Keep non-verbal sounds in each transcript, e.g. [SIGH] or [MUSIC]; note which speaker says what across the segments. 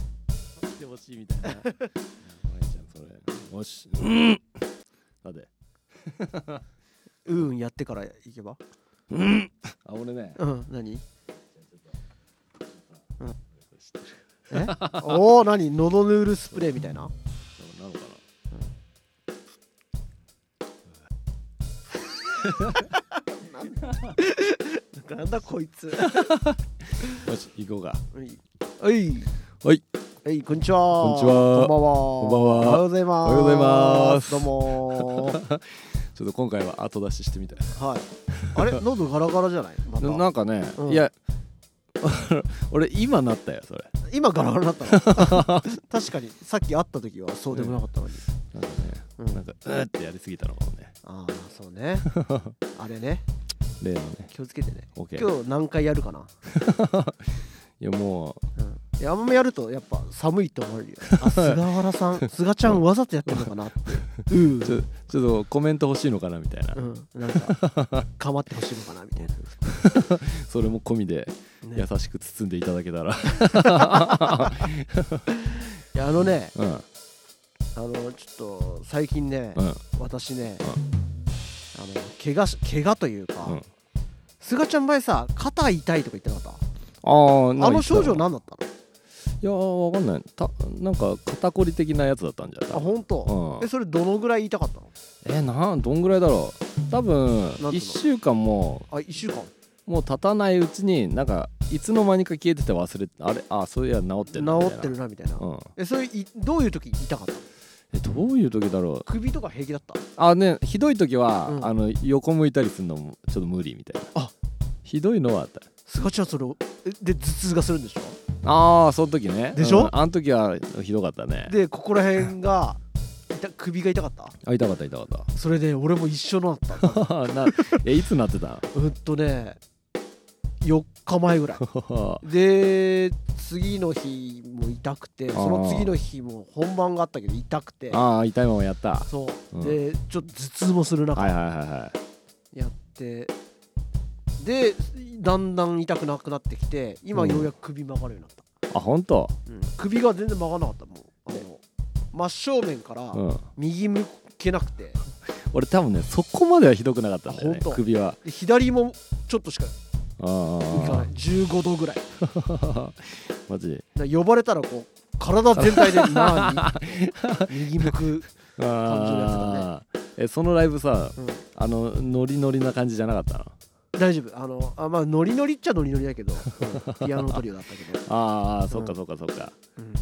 Speaker 1: してほしいみ [LAUGHS] たいなやばい
Speaker 2: じゃんそれよしうんなんで
Speaker 1: うんやってから行けば
Speaker 2: うんあ俺ね
Speaker 1: うん何
Speaker 2: 知ってる
Speaker 1: えおお何のどヌールスプレーみたいな
Speaker 2: なのかな
Speaker 1: なんだこいつ
Speaker 2: よし行こうか
Speaker 1: はいはい
Speaker 2: はい
Speaker 1: はいこんにちは
Speaker 2: こんにちは
Speaker 1: こんばんは
Speaker 2: こんばんは
Speaker 1: おはようございます
Speaker 2: おはようございます
Speaker 1: どうもー
Speaker 2: ちょっと今回は後出ししてみたい
Speaker 1: はい
Speaker 2: [LAUGHS]
Speaker 1: あれ喉ガラガラじゃないまた
Speaker 2: ななんかね、
Speaker 1: うん
Speaker 2: いや [LAUGHS] 俺今なったよそれ
Speaker 1: 今ガラガラだったの [LAUGHS] 確かにさっき会った時はそうでもなかったのに、
Speaker 2: なんか
Speaker 1: う
Speaker 2: ね
Speaker 1: ん
Speaker 2: なんかうーってやりすぎたのかもね
Speaker 1: ああそうねあ
Speaker 2: [LAUGHS]
Speaker 1: れね
Speaker 2: 例のね
Speaker 1: 気をつけてね
Speaker 2: OK
Speaker 1: 今日何回やるかな、
Speaker 2: いやも
Speaker 1: うん、いやあんまやるとやっぱ寒いって思
Speaker 2: [LAUGHS]
Speaker 1: われるよあ菅原さん菅ちゃんわざとやってんのかなってうん
Speaker 2: うちょちょっとコメント欲しいのかなみたいな、
Speaker 1: うん、なんかかまってほしいのかな
Speaker 2: [LAUGHS]
Speaker 1: みたいな、
Speaker 2: それも込みで
Speaker 1: ね
Speaker 2: 優しく包んでいただけたら、
Speaker 1: いやあのね
Speaker 2: うんうん
Speaker 1: あのちょっと最近ね、私ね、あの怪我し怪我というか、
Speaker 2: うん
Speaker 1: 菅ちゃん前さ肩痛いとか言ってなかっ
Speaker 2: あーなん
Speaker 1: た
Speaker 2: か
Speaker 1: あの症状
Speaker 2: い
Speaker 1: 何だったの
Speaker 2: やーわかんないたなんか肩こり的なやつだったんじゃ
Speaker 1: あ
Speaker 2: ない
Speaker 1: 本当、
Speaker 2: うん
Speaker 1: えそれどのぐらい痛かったの
Speaker 2: えなんどんぐらいだろう多分
Speaker 1: つうの
Speaker 2: 1週間も
Speaker 1: あ1週間
Speaker 2: もう経たないうちになんかいつの間にか消えてて忘れてあれあそういや治ってるみたいな
Speaker 1: 治ってるなみたいな、
Speaker 2: うん
Speaker 1: えそれいどういう時痛かったの
Speaker 2: えどういう時だろう
Speaker 1: 首とか平気だった
Speaker 2: あねひどい時は、
Speaker 1: うん
Speaker 2: あの横向いたりするのもちょっと無理みたいな
Speaker 1: あ
Speaker 2: ひどいのはあった
Speaker 1: 菅ちゃんそれをえで頭痛がするんでしょ
Speaker 2: ああその時ね
Speaker 1: でし
Speaker 2: う
Speaker 1: ょ
Speaker 2: んあの時はひどかったね
Speaker 1: でここら辺が痛首が痛かった
Speaker 2: あ痛かった痛 [LAUGHS] かっ
Speaker 1: それで俺も一緒のだった
Speaker 2: たなえいつなってた
Speaker 1: うんとね4日
Speaker 2: [LAUGHS]
Speaker 1: 前ぐらいで次の日も痛くて
Speaker 2: ー
Speaker 1: その次の日も本番があったけど痛くて
Speaker 2: ああ痛いままやったは
Speaker 1: そう、
Speaker 2: うん
Speaker 1: でちょっと頭痛もする
Speaker 2: いは
Speaker 1: 中
Speaker 2: いはいは
Speaker 1: やってでだんだん痛くなくなってきて今
Speaker 2: うん
Speaker 1: ようやく首曲がるようになった、
Speaker 2: いあ本当
Speaker 1: うん首が全然曲がらなかったもうあの真正面から
Speaker 2: うん
Speaker 1: 右向けなくて
Speaker 2: 俺多分ねそこまではひどくなかったんだよ
Speaker 1: あ
Speaker 2: ね
Speaker 1: 本当
Speaker 2: 首は
Speaker 1: で左もちょっとしか
Speaker 2: あー
Speaker 1: いかない15度ぐらいだか
Speaker 2: [LAUGHS] マジ
Speaker 1: ら呼ばれたらこう体全
Speaker 2: [LAUGHS]
Speaker 1: 体で「なあに」右向く、
Speaker 2: ああ、えそのライブさ
Speaker 1: うん
Speaker 2: あのノリノリな感じじゃなかったの
Speaker 1: 大丈夫あのあまあノリノリっちゃノリノリだけど、うんピアノトリオだったけど、
Speaker 2: あーあーそっ
Speaker 1: う
Speaker 2: か
Speaker 1: ん
Speaker 2: そっかそっか、
Speaker 1: うん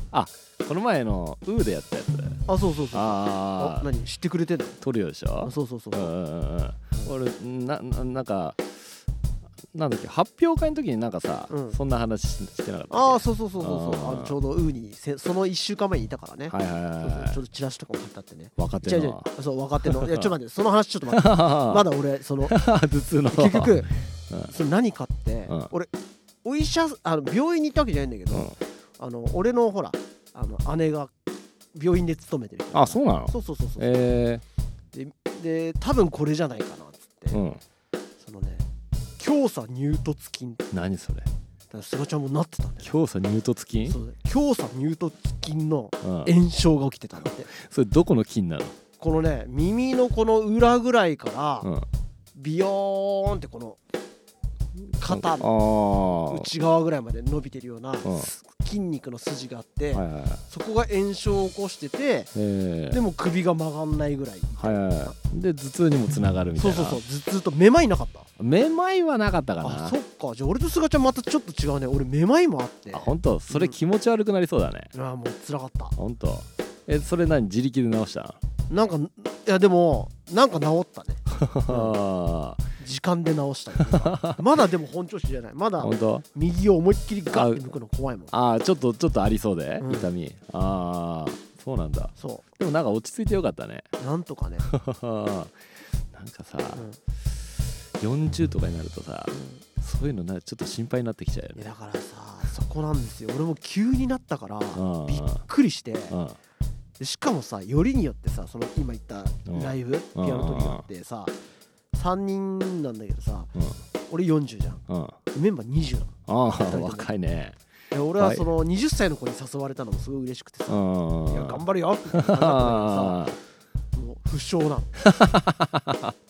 Speaker 2: この前のウーでやったやつ
Speaker 1: あそうそうそうあ
Speaker 2: ああ
Speaker 1: 何知ってくれてんの
Speaker 2: トリオでしょ
Speaker 1: あそうそうそう
Speaker 2: う
Speaker 1: そ
Speaker 2: ん
Speaker 1: う
Speaker 2: うんうんうん俺なななんかなんだっけ発表会の時になんかさ、
Speaker 1: うん
Speaker 2: そんな話ししてなかった
Speaker 1: ああ
Speaker 2: っ
Speaker 1: そうそうそうそうそう
Speaker 2: あ
Speaker 1: あ
Speaker 2: ー
Speaker 1: のちょうどウーにせその1週間前にいたからね、
Speaker 2: けはいはいはい
Speaker 1: そう
Speaker 2: は
Speaker 1: そうちょ
Speaker 2: い
Speaker 1: っとチラシとかも貼ったってね
Speaker 2: 分かっ
Speaker 1: 違
Speaker 2: て
Speaker 1: う
Speaker 2: る
Speaker 1: 違
Speaker 2: な
Speaker 1: うそう若手のいやちょっと待って
Speaker 2: [LAUGHS]
Speaker 1: その話ちょっと待ってま
Speaker 2: ま
Speaker 1: だ俺そ
Speaker 2: [LAUGHS]
Speaker 1: の
Speaker 2: 頭痛の
Speaker 1: 結局
Speaker 2: うん
Speaker 1: その何かって、
Speaker 2: うん
Speaker 1: 俺お医者あの病院に行ったわけじゃないんだけ
Speaker 2: う
Speaker 1: ど、
Speaker 2: ん
Speaker 1: あの俺のほらあの姉が病院で勤めてる人
Speaker 2: あそうなの
Speaker 1: そうそうそうそう、
Speaker 2: え
Speaker 1: で多分これじゃないかなっつって、
Speaker 2: ー、うん
Speaker 1: そのね強鎖乳突筋だか
Speaker 2: 何それ
Speaker 1: ら菅ちゃんもなってたんだよ
Speaker 2: 強さ乳突筋
Speaker 1: そうだよ強鎖乳突筋の
Speaker 2: うん、
Speaker 1: 炎症が起きてたん
Speaker 2: [LAUGHS]
Speaker 1: だって
Speaker 2: それどこの筋なの、
Speaker 1: このね耳のこの裏ぐらいから
Speaker 2: うん、
Speaker 1: ビヨーンってこの肩の
Speaker 2: の
Speaker 1: 内側ぐらいまで伸びてるような
Speaker 2: うん
Speaker 1: す筋肉の筋があって
Speaker 2: はいはいはい
Speaker 1: そこが炎症を起こしてて
Speaker 2: えー
Speaker 1: でも首が曲がんないぐらい
Speaker 2: はいはいはいで頭痛にもつながるみた
Speaker 1: そ
Speaker 2: いうな
Speaker 1: そうそうずずっとめまいなかった
Speaker 2: めまいはなかったかな
Speaker 1: あそっかじゃあ俺とすがちゃんまたちょっと違うね俺めまいもあって
Speaker 2: あ本当それ気持ち悪くなりそうだね、
Speaker 1: ああもう辛かった
Speaker 2: ほん、本当えそれ何自力で直した
Speaker 1: なんかいやでもなんか治ったね
Speaker 2: [LAUGHS] の
Speaker 1: 時間で治し
Speaker 2: [LAUGHS]
Speaker 1: たねまだでも本調子じゃないまだ
Speaker 2: 本当
Speaker 1: 右を思いっきりガッて向くの怖いもん
Speaker 2: ああちょっとちょっとありそうで、
Speaker 1: うん
Speaker 2: 痛みああそうなんだ
Speaker 1: そ
Speaker 2: でもなんか落ち着いてよかったね [LAUGHS]
Speaker 1: うなんとかね、
Speaker 2: なんかさ、
Speaker 1: うん
Speaker 2: 40とかになるとさそういうのなちょっと心配になってきちゃうよ
Speaker 1: いや
Speaker 2: ね
Speaker 1: だからさそこなんですよ俺も急になったから
Speaker 2: ん
Speaker 1: びっくりして
Speaker 2: うん
Speaker 1: でしかもさよりによってさその今言った
Speaker 2: うん
Speaker 1: ライブピアノトリオってさ3人なんだけどさ
Speaker 2: うん
Speaker 1: 俺40じゃん [LAUGHS]
Speaker 2: うんあ
Speaker 1: メンバー20なの
Speaker 2: あー若いね
Speaker 1: で俺はその20歳の子に誘われたのもすごい嬉しくてさ「いや頑張るよ」って言ってたんだけどさ
Speaker 2: あ
Speaker 1: もう不詳
Speaker 2: [LAUGHS]
Speaker 1: なのも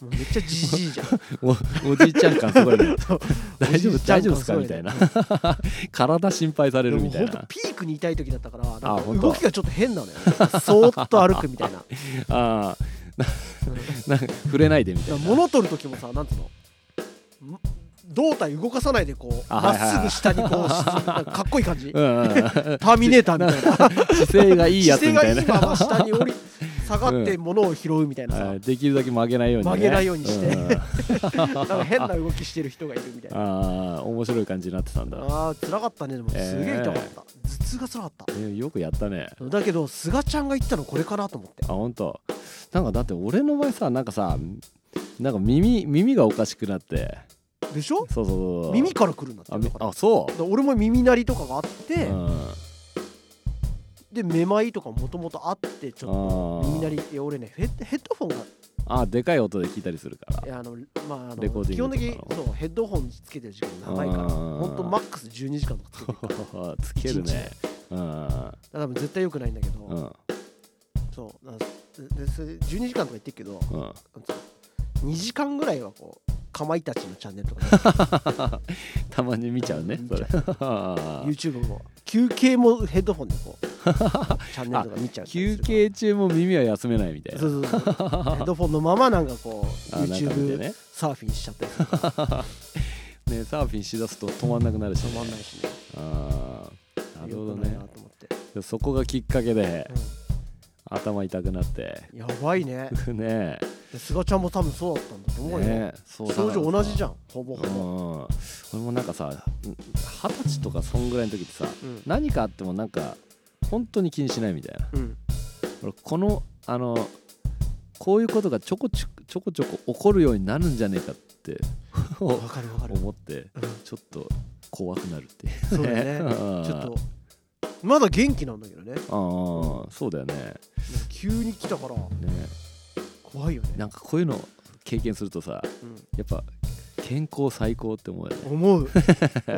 Speaker 1: うめっちゃじじいじゃん
Speaker 2: おおじいちゃん感すごいね
Speaker 1: [LAUGHS] そう
Speaker 2: 大丈
Speaker 1: お
Speaker 2: 夫
Speaker 1: じいちゃん
Speaker 2: 大丈夫ですかみたいな [LAUGHS] 体心配される
Speaker 1: でも
Speaker 2: みたい
Speaker 1: 本当
Speaker 2: な
Speaker 1: ピークにいたい時だったからなん
Speaker 2: あ
Speaker 1: か
Speaker 2: 本当
Speaker 1: 動きがちょっと変なのよねそーっと歩くみたいな [LAUGHS]
Speaker 2: あ
Speaker 1: うんだか
Speaker 2: [LAUGHS] あな触れないでみたい
Speaker 1: ら
Speaker 2: な
Speaker 1: 物取る時もさなんつうのん胴体動かさないでこう
Speaker 2: あ
Speaker 1: ま
Speaker 2: はいはいはい
Speaker 1: っすぐ下にこうしなんかかっこいい感じ
Speaker 2: うんうんうん
Speaker 1: ターミネーターみたいな
Speaker 2: 姿勢 [LAUGHS] がいいやつ
Speaker 1: 姿勢
Speaker 2: みた
Speaker 1: が
Speaker 2: い
Speaker 1: いい
Speaker 2: な
Speaker 1: まま下に降り下がって物を拾うみたいなさ
Speaker 2: はいできるだけ曲げないように、ね、
Speaker 1: 曲げないようにして
Speaker 2: んうん
Speaker 1: なんか変な動きしてる人がいるみたいな
Speaker 2: ああ面白い感じになってたんだ、
Speaker 1: あー辛かったねでもすげえ痛かった頭痛が辛かった
Speaker 2: えーよくやったね
Speaker 1: だけど菅ちゃんが言ったのこれかなと思って
Speaker 2: あ本当。なんかだって俺の場合さなんかさなんか耳耳がおかしくなって
Speaker 1: でしょ
Speaker 2: そうそうそうそう
Speaker 1: 耳から来るんだって
Speaker 2: あ
Speaker 1: だ
Speaker 2: み
Speaker 1: から
Speaker 2: あそ
Speaker 1: で俺も耳鳴りとかがあって、
Speaker 2: う、うん、
Speaker 1: でめまいとかもともとあってちょっと
Speaker 2: あー
Speaker 1: 耳鳴りいや俺ねヘッヘッドフォンが
Speaker 2: あでかい音で聞いたりするから
Speaker 1: いやあの、まあ、あ
Speaker 2: レコ
Speaker 1: の
Speaker 2: ーディ
Speaker 1: 基
Speaker 2: ン
Speaker 1: 本
Speaker 2: グ
Speaker 1: 的
Speaker 2: とかの
Speaker 1: にそうヘッドホンつけてる時間長いから
Speaker 2: あー
Speaker 1: ほんとマックス12時間とかつけてる
Speaker 2: [LAUGHS]
Speaker 1: か
Speaker 2: つ
Speaker 1: ら
Speaker 2: けるねうん
Speaker 1: だから絶対良くないんだけど、
Speaker 2: うん
Speaker 1: そうだからででそれ12時間とか言ってるけど
Speaker 2: うん
Speaker 1: 2時間ぐらいはこうかまいたちのチャンネルと
Speaker 2: [LAUGHS]
Speaker 1: か、
Speaker 2: たまに見ちゃうねそれあー
Speaker 1: [LAUGHS] YouTube も休憩もヘッドホンで
Speaker 2: [LAUGHS]
Speaker 1: こうチャンネルとか見ちゃう
Speaker 2: 休憩中も耳は休めないみたいな
Speaker 1: そうそうそう
Speaker 2: [LAUGHS]
Speaker 1: ヘッドフォンのままなんかこう
Speaker 2: あなんか見て
Speaker 1: YouTube
Speaker 2: ね
Speaker 1: サーフィンしちゃったりする
Speaker 2: ねサーフィンしだすと止まんなくなるし、
Speaker 1: と
Speaker 2: ね、
Speaker 1: 止まんないしね
Speaker 2: あーなるほど
Speaker 1: 良くない
Speaker 2: ね
Speaker 1: なと思って、
Speaker 2: でそこがきっかけで頭痛くなって
Speaker 1: うんやばいね
Speaker 2: ね
Speaker 1: で菅ちゃんも多分そうだったんだと
Speaker 2: え
Speaker 1: 思う
Speaker 2: ね
Speaker 1: よ、
Speaker 2: えそうだから
Speaker 1: 症
Speaker 2: さ
Speaker 1: 状同じじゃんほぼ
Speaker 2: う
Speaker 1: ほぼ、
Speaker 2: ん俺もなんかさうん二十歳とかそんぐらいの時ってさ
Speaker 1: うん
Speaker 2: 何かあってもなんか本当に気にしないみたいな
Speaker 1: うん
Speaker 2: 俺このあのこういうことがちょこちょちょこちょこ起こるようになるんじゃねえかって
Speaker 1: わ
Speaker 2: 思
Speaker 1: かるわかる、
Speaker 2: って [LAUGHS]
Speaker 1: うん
Speaker 2: ちょっと怖くなるって
Speaker 1: そうだね
Speaker 2: うん
Speaker 1: ちょっとまだ元気なんだけどねなんか
Speaker 2: ああそうだよね
Speaker 1: 急に来たから
Speaker 2: ね
Speaker 1: 怖いよね
Speaker 2: なんかこういうの経験するとさ
Speaker 1: うん
Speaker 2: やっぱ健康最高って思うよね、[LAUGHS]
Speaker 1: 思う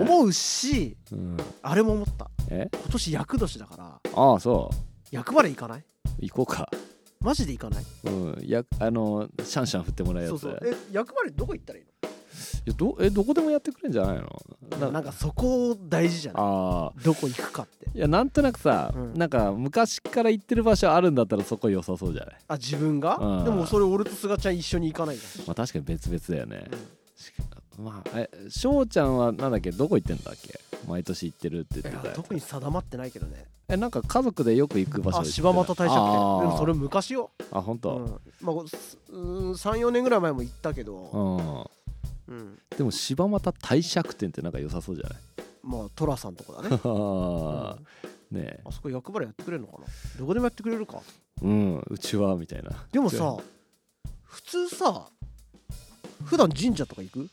Speaker 1: 思うし
Speaker 2: うん、
Speaker 1: あれも思った
Speaker 2: え
Speaker 1: 今年厄年だから
Speaker 2: ああそう
Speaker 1: 役まで行かない
Speaker 2: 行こうか
Speaker 1: マジで行かない
Speaker 2: うんやあのシャンシャン振ってもらうやつ
Speaker 1: そうそうえ役までどこ行ったらいい
Speaker 2: いやどえどこでもやってくれんじゃないの
Speaker 1: のなんかそこ大事じゃない
Speaker 2: ああ
Speaker 1: どこ行くかって
Speaker 2: いやなんとなくさ、
Speaker 1: うん
Speaker 2: なんか昔から行ってる場所あるんだったらそこ良さそうじゃない
Speaker 1: あ自分が
Speaker 2: うん
Speaker 1: でもそれ俺と菅ちゃん一緒に行かないじ
Speaker 2: まあ確かに別々だよね
Speaker 1: ゃん、うん
Speaker 2: しまあえ翔ちゃんはなんだっけどこ行ってんだっけ毎年行ってるって言って
Speaker 1: い
Speaker 2: たや
Speaker 1: や
Speaker 2: つ
Speaker 1: 特に定まってないけどね
Speaker 2: えなんか家族でよく行く場所
Speaker 1: あ柴又大社みたいな
Speaker 2: あー
Speaker 1: でもそれ昔よ、
Speaker 2: あ本
Speaker 1: う
Speaker 2: 当
Speaker 1: んまあ、34年ぐらい前も行ったけど、
Speaker 2: うん、
Speaker 1: うん
Speaker 2: でも柴又帝釈天ってなんか良さそうじゃない [LAUGHS]
Speaker 1: まあ寅さんとかだね
Speaker 2: あーねえ
Speaker 1: あそこ役払いやってくれるのかなどこでもやってくれるか
Speaker 2: うんうちはみたいな
Speaker 1: でもさ普通さ普段神社とか行く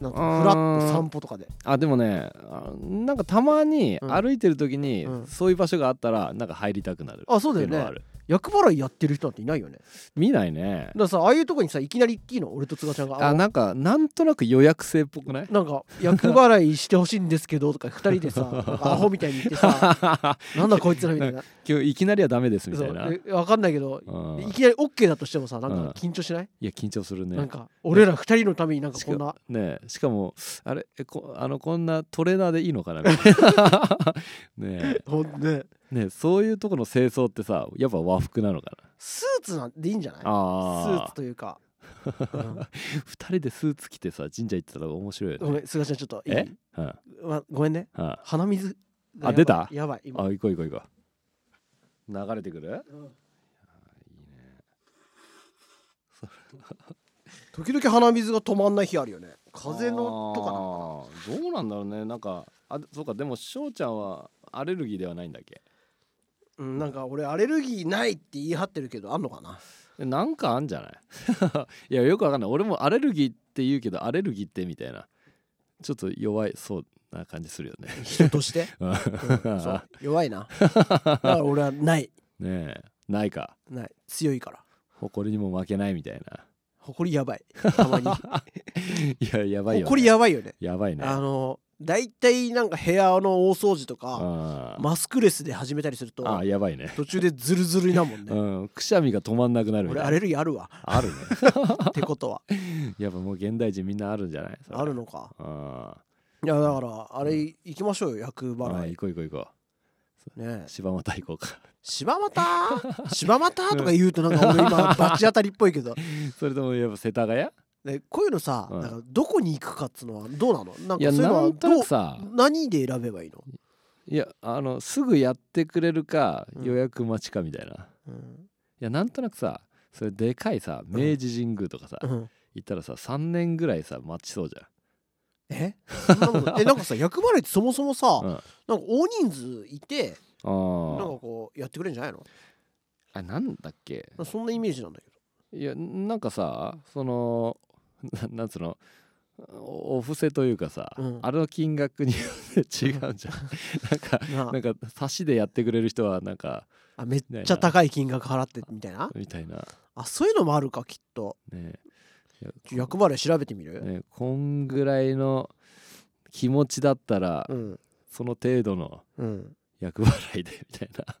Speaker 1: なん
Speaker 2: うー
Speaker 1: か
Speaker 2: ん
Speaker 1: ふらっと散歩とかで
Speaker 2: あでもねあなんかたまに
Speaker 1: うん
Speaker 2: 歩いてる時に、
Speaker 1: うん
Speaker 2: そういう場所があったらなんか入りたくなる
Speaker 1: あそうだよ
Speaker 2: っていのは
Speaker 1: ね
Speaker 2: ある
Speaker 1: 役払いやってる人なんていないよねだか
Speaker 2: 見ないね
Speaker 1: らさああいうとこにさいきなり行っていいの俺とつがちゃんが
Speaker 2: あ
Speaker 1: あの
Speaker 2: なんかなんとなく予約制っぽく [LAUGHS] ない
Speaker 1: なんか役払いしてほしいんですけどとか二人 [LAUGHS] でさなんかアホみたいに言ってさなんだこいつらみたいな
Speaker 2: 今日いきなりはダメですみ
Speaker 1: そ
Speaker 2: たいな
Speaker 1: うえわかんないけど
Speaker 2: うん
Speaker 1: いきなり OK だとしてもさなん
Speaker 2: うん
Speaker 1: か緊張しない
Speaker 2: いや緊張するね
Speaker 1: なんか俺ら二人のためになんか
Speaker 2: し
Speaker 1: こんな
Speaker 2: かねえしかもあれえこあのこんなトレーナーでいいのかなみたいな
Speaker 1: [LAUGHS]
Speaker 2: ね
Speaker 1: ほんで
Speaker 2: えねえそういうとこの清掃ってさやっぱ和服なのかな
Speaker 1: スーツなんでいいんじゃないスー
Speaker 2: あ
Speaker 1: ツという
Speaker 2: [LAUGHS]
Speaker 1: か、うん
Speaker 2: あ2人でスーツ着てさ神社行ってたら面白いよ
Speaker 1: ご
Speaker 2: ね
Speaker 1: めん菅ちゃんちょっといい
Speaker 2: え、うんうん、
Speaker 1: まごめんね
Speaker 2: あ
Speaker 1: 鼻水
Speaker 2: あ
Speaker 1: がやばい
Speaker 2: 出た
Speaker 1: やばい今
Speaker 2: 行こう行こう行こう流れてくる
Speaker 1: 時々鼻水が止まんない日あるよね風邪のとかな
Speaker 2: かどうなんだろうねなんかあそうかでも翔ちゃんはアレルギーではないんだっけ
Speaker 1: うん、なんか俺アレルギーないって言い張ってるけどあんのかな
Speaker 2: えなんかあんじゃないい [LAUGHS] やよくわかんない俺もアレルギーって言うけどアレルギーってみたいなちょっと弱いそうな感じするよ [LAUGHS] ね
Speaker 1: 人として、
Speaker 2: うん
Speaker 1: うんそう弱いなだから俺はない
Speaker 2: ねえないか
Speaker 1: ない強いから
Speaker 2: 誇りにも負けないみたいな
Speaker 1: 誇りやばいたまに
Speaker 2: [LAUGHS] いややばいよ、ね、
Speaker 1: 誇りやばいよね
Speaker 2: やばいね
Speaker 1: あの大体なんか部屋の大掃除とか
Speaker 2: あ
Speaker 1: マスクレスで始めたりする
Speaker 2: あ
Speaker 1: と
Speaker 2: やばいね、
Speaker 1: 途中でズルズルになるもんね
Speaker 2: うん、くしゃみが止まんなくなるみ
Speaker 1: 俺
Speaker 2: たいな
Speaker 1: アレルギーあるわ
Speaker 2: あるね [LAUGHS]
Speaker 1: ってことは
Speaker 2: やっぱもう現代人みんなあるんじゃないそれ
Speaker 1: あるのか
Speaker 2: あ
Speaker 1: いやだからあれ行きましょうよ厄
Speaker 2: ーあ
Speaker 1: 払
Speaker 2: ー
Speaker 1: い
Speaker 2: 行こう行こう行こう
Speaker 1: ね
Speaker 2: 柴又行こうか [LAUGHS]
Speaker 1: 柴又柴又とか言うとなんか俺
Speaker 2: [LAUGHS]
Speaker 1: 今バチ当たりっぽいけど
Speaker 2: それともやっぱ世田谷
Speaker 1: ねこういうのさ、
Speaker 2: うん
Speaker 1: なんかどこに行くかっつうのはどうなのなん
Speaker 2: い
Speaker 1: か
Speaker 2: や
Speaker 1: そういうの
Speaker 2: な
Speaker 1: は
Speaker 2: んとな
Speaker 1: どう
Speaker 2: くさ
Speaker 1: 何で選べばいいの、
Speaker 2: いやあのすぐやってくれるか
Speaker 1: うん
Speaker 2: 予約待ちかみたいな、い
Speaker 1: うん
Speaker 2: やなんとなくさそれでかいさ明治神宮とかさ、
Speaker 1: うん
Speaker 2: 行ったらさ3年ぐらいさ待ちそうじ
Speaker 1: え
Speaker 2: [LAUGHS]
Speaker 1: そんなもんえなんかさ役払いってそもそもさ、
Speaker 2: うん
Speaker 1: なんか大人数いて
Speaker 2: ゃんあ
Speaker 1: なん
Speaker 2: あ
Speaker 1: かこうやってくれるんじゃないの
Speaker 2: あなんだっけ
Speaker 1: そんなイメージなんだけど
Speaker 2: いやなんかさそのななんつうのおお布施というかさ、
Speaker 1: うん
Speaker 2: あれの金額によって違うん
Speaker 1: [LAUGHS]
Speaker 2: じゃんなんか
Speaker 1: なあ
Speaker 2: なんか差しでやってくれる人はなんか
Speaker 1: あめっちゃ高い金額払ってみたいな
Speaker 2: みたいな
Speaker 1: あそういうのもあるかきっと
Speaker 2: ねいや
Speaker 1: ちょ厄払い調べてみる、
Speaker 2: ねこんぐらいの気持ちだったら、
Speaker 1: うん
Speaker 2: その程度の
Speaker 1: うん
Speaker 2: 役払いでみたいな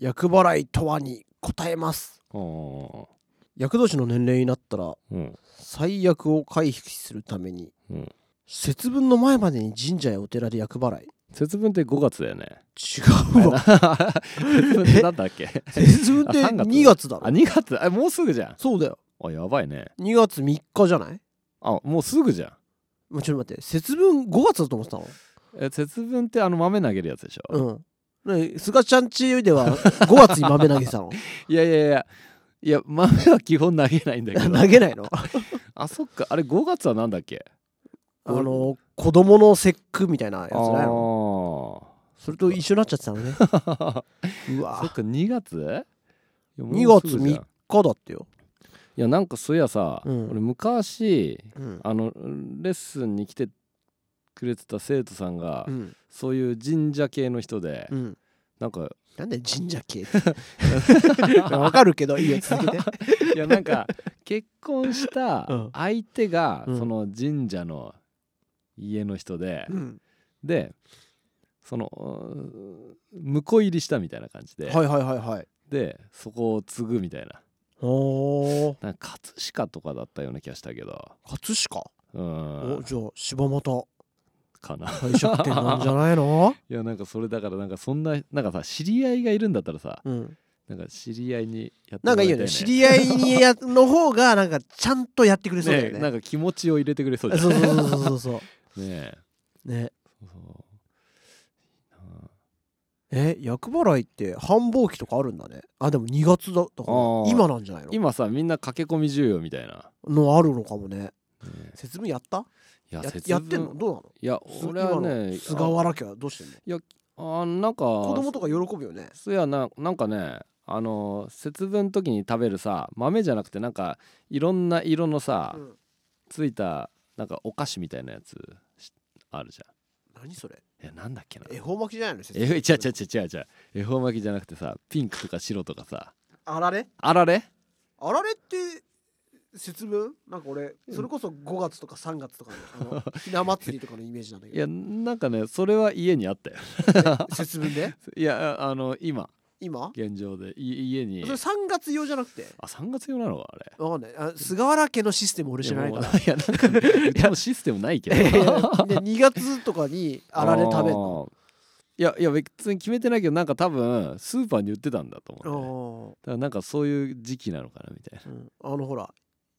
Speaker 1: 厄払いとはに答えます
Speaker 2: お
Speaker 1: 厄年の年齢になったら
Speaker 2: ーうん
Speaker 1: 最悪を回避するために、
Speaker 2: うん
Speaker 1: 節分の前までに神社やお寺で厄払い
Speaker 2: 節分って5月だよ
Speaker 1: [LAUGHS]
Speaker 2: ね
Speaker 1: 違うわ
Speaker 2: 節分ってなんだっ
Speaker 1: [LAUGHS]
Speaker 2: け
Speaker 1: 節分って
Speaker 2: あ3月
Speaker 1: 2月だ
Speaker 2: あ
Speaker 1: ろ
Speaker 2: 2月あもうすぐじゃん
Speaker 1: そうだよ
Speaker 2: あやばいね
Speaker 1: 2月3日じゃない
Speaker 2: あもうすぐじゃん
Speaker 1: まあちょっと待って節分5月だと思ってたの
Speaker 2: え節分ってあの豆投げるやつでしょ、
Speaker 1: うんね菅ちゃんちでは5月に豆投げてた [LAUGHS] の
Speaker 2: いやいやいやいや豆は基本投げないんだけど
Speaker 1: [LAUGHS] 投げないの
Speaker 2: あそっかあれ5月はなんだっけ
Speaker 1: あの子供の節句みたいなやつ
Speaker 2: あ
Speaker 1: ないの
Speaker 2: ー
Speaker 1: それと一緒になっちゃってたの [LAUGHS] ねう
Speaker 2: そ
Speaker 1: わ
Speaker 2: っか2月いや
Speaker 1: 2
Speaker 2: もう
Speaker 1: 月
Speaker 2: すぐじゃん
Speaker 1: 3日だってよ、
Speaker 2: いやなんかそういやさ、
Speaker 1: うん
Speaker 2: 俺昔
Speaker 1: うん
Speaker 2: あのレッスンに来てくれてた生徒さんが、
Speaker 1: うん
Speaker 2: そういう神社系の人で、
Speaker 1: うん、
Speaker 2: なんか
Speaker 1: なんで神社系って [LAUGHS] わかるけどいいよ続けて
Speaker 2: いやなん
Speaker 1: [LAUGHS]
Speaker 2: か結婚した
Speaker 1: うん
Speaker 2: 相手が、
Speaker 1: うん
Speaker 2: その神社の家の人で、
Speaker 1: [LAUGHS] うん
Speaker 2: でそのうー婿入りしたみたいな感じで、
Speaker 1: はいはいはいはい
Speaker 2: でそこを継ぐみたいな
Speaker 1: おー
Speaker 2: なんか葛飾とかだったような気がしたけど
Speaker 1: 葛飾、
Speaker 2: うー
Speaker 1: お
Speaker 2: ん
Speaker 1: じゃあ柴又
Speaker 2: かな
Speaker 1: 帝釈天なんじゃないの
Speaker 2: いやなんかそれだからなんかそんななんかさ知り合いがいるんだったらさ
Speaker 1: [LAUGHS] うん
Speaker 2: なんか知り合いにやって
Speaker 1: なんかいいよね知り合いにやの方がなんかちゃんとやってくれそうだよ
Speaker 2: ね
Speaker 1: ね
Speaker 2: なんか気持ちを入れてくれそうじゃん
Speaker 1: そうそうそうそうそう
Speaker 2: ねえ
Speaker 1: [LAUGHS] ね
Speaker 2: そうそう
Speaker 1: え厄払いって繁忙期とかあるんだねあでも2月だとか
Speaker 2: あー
Speaker 1: 今なんじゃないの
Speaker 2: 今さみんな駆け込み需要みたいな、
Speaker 1: のあるのかもね
Speaker 2: ねえ
Speaker 1: 節分やった
Speaker 2: いや
Speaker 1: や
Speaker 2: 節分
Speaker 1: やってんのどうなの
Speaker 2: いや
Speaker 1: す
Speaker 2: 俺は
Speaker 1: 今
Speaker 2: ね
Speaker 1: の菅原家はどうしてんの
Speaker 2: ああなんか
Speaker 1: 子供とか喜ぶよね
Speaker 2: そうやななんかねあの節分の時に食べるさ豆じゃなくてなんかいろんな色のさ、
Speaker 1: うん
Speaker 2: ついたなんかお菓子みたいなやつしあるじゃ
Speaker 1: 何それ
Speaker 2: んいやなんだっけな
Speaker 1: 恵方巻きじゃないの節
Speaker 2: え
Speaker 1: 分
Speaker 2: 違う違う違う違う恵方巻きじゃなくてさピンクとか白とかさ
Speaker 1: あられ
Speaker 2: あられ
Speaker 1: あられって節分なんか俺それこそ5月とか3月とかのあの
Speaker 2: [LAUGHS]
Speaker 1: ひな祭りとかのイメージなんだ
Speaker 2: い
Speaker 1: けど
Speaker 2: やなんかねそれは家にあったよ [LAUGHS]
Speaker 1: 節分で
Speaker 2: いやあの今
Speaker 1: 今
Speaker 2: 現状でい家に
Speaker 1: それ3月用じゃなくて
Speaker 2: あ3月用なのあれ
Speaker 1: わかんないあ菅原家のシステム俺知らないから
Speaker 2: いやも [LAUGHS] ういやなんかうちもシステムないけど
Speaker 1: [LAUGHS] で2月とかにあられ食べんの
Speaker 2: あーいやいや別に決めてないけどなんか多分スーパーに売ってたんだと
Speaker 1: あ
Speaker 2: 思う、ね、
Speaker 1: ー
Speaker 2: だからなんかそういう時期なのかなみたいな
Speaker 1: うんあのほら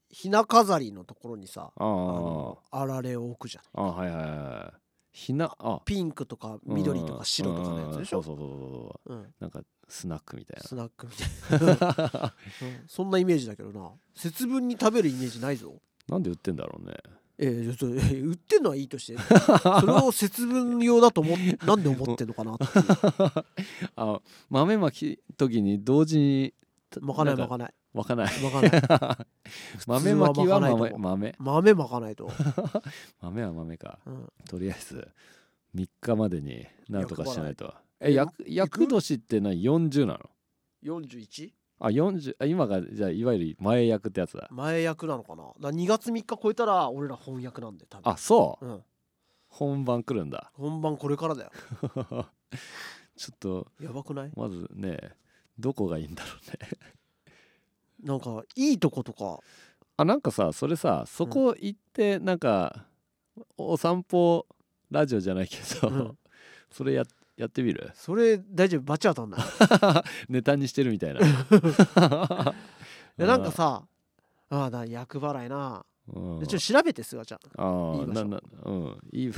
Speaker 1: ひな飾りのところにさ
Speaker 2: あ
Speaker 1: あ
Speaker 2: ー
Speaker 1: のあられを置くじゃん
Speaker 2: あーはいはいはいひなあ
Speaker 1: ピンクとか緑とか白とかのやつでし
Speaker 2: うん
Speaker 1: ょ
Speaker 2: そうそうそうそうそう
Speaker 1: うん
Speaker 2: なんかスナックみたい
Speaker 1: スナックみたいな [LAUGHS] うんそんなイメージだけどな節分に食べるイメージないぞ
Speaker 2: ななんで売ってんだろうね
Speaker 1: えー、ちょっとえー売ってんのはいいとして [LAUGHS] それを節分用だと思っなんで思ってんのかなっていう
Speaker 2: あ豆まき時に同時に
Speaker 1: まかない
Speaker 2: な
Speaker 1: ま
Speaker 2: んか
Speaker 1: かない
Speaker 2: わかんない
Speaker 1: まかない
Speaker 2: 豆まきは
Speaker 1: 普通は巻
Speaker 2: 豆
Speaker 1: かないと思う
Speaker 2: 豆
Speaker 1: 豆まかないと、
Speaker 2: 豆は豆か
Speaker 1: うん、
Speaker 2: とりあえず3日までになんとかしないと
Speaker 1: え
Speaker 2: え厄厄年って何40なの
Speaker 1: 41?
Speaker 2: あ40あ今がじゃあいわゆる前役ってやつだ
Speaker 1: 前役なのかなだから2月3日超えたら俺ら翻訳なんで多分
Speaker 2: あそう
Speaker 1: うん
Speaker 2: 本番来るんだ [LAUGHS]
Speaker 1: 本番これからだよ
Speaker 2: ちょっと
Speaker 1: やばくない
Speaker 2: まずねどこがいいんだろうね
Speaker 1: なんかいいとことか
Speaker 2: あなんかさそれさそこ行ってなんか、お散歩ラジオじゃないけど、
Speaker 1: うん
Speaker 2: [LAUGHS] それややってみる [LAUGHS]
Speaker 1: それ大丈夫バチ当たん [LAUGHS] ないい
Speaker 2: ネタにしてるみたいな [LAUGHS]
Speaker 1: やなんかさああだ役払いな
Speaker 2: うん、
Speaker 1: でちょっと調べてすがちゃん
Speaker 2: あ
Speaker 1: いい
Speaker 2: あ
Speaker 1: 場
Speaker 2: な
Speaker 1: 所
Speaker 2: なうんい [LAUGHS] い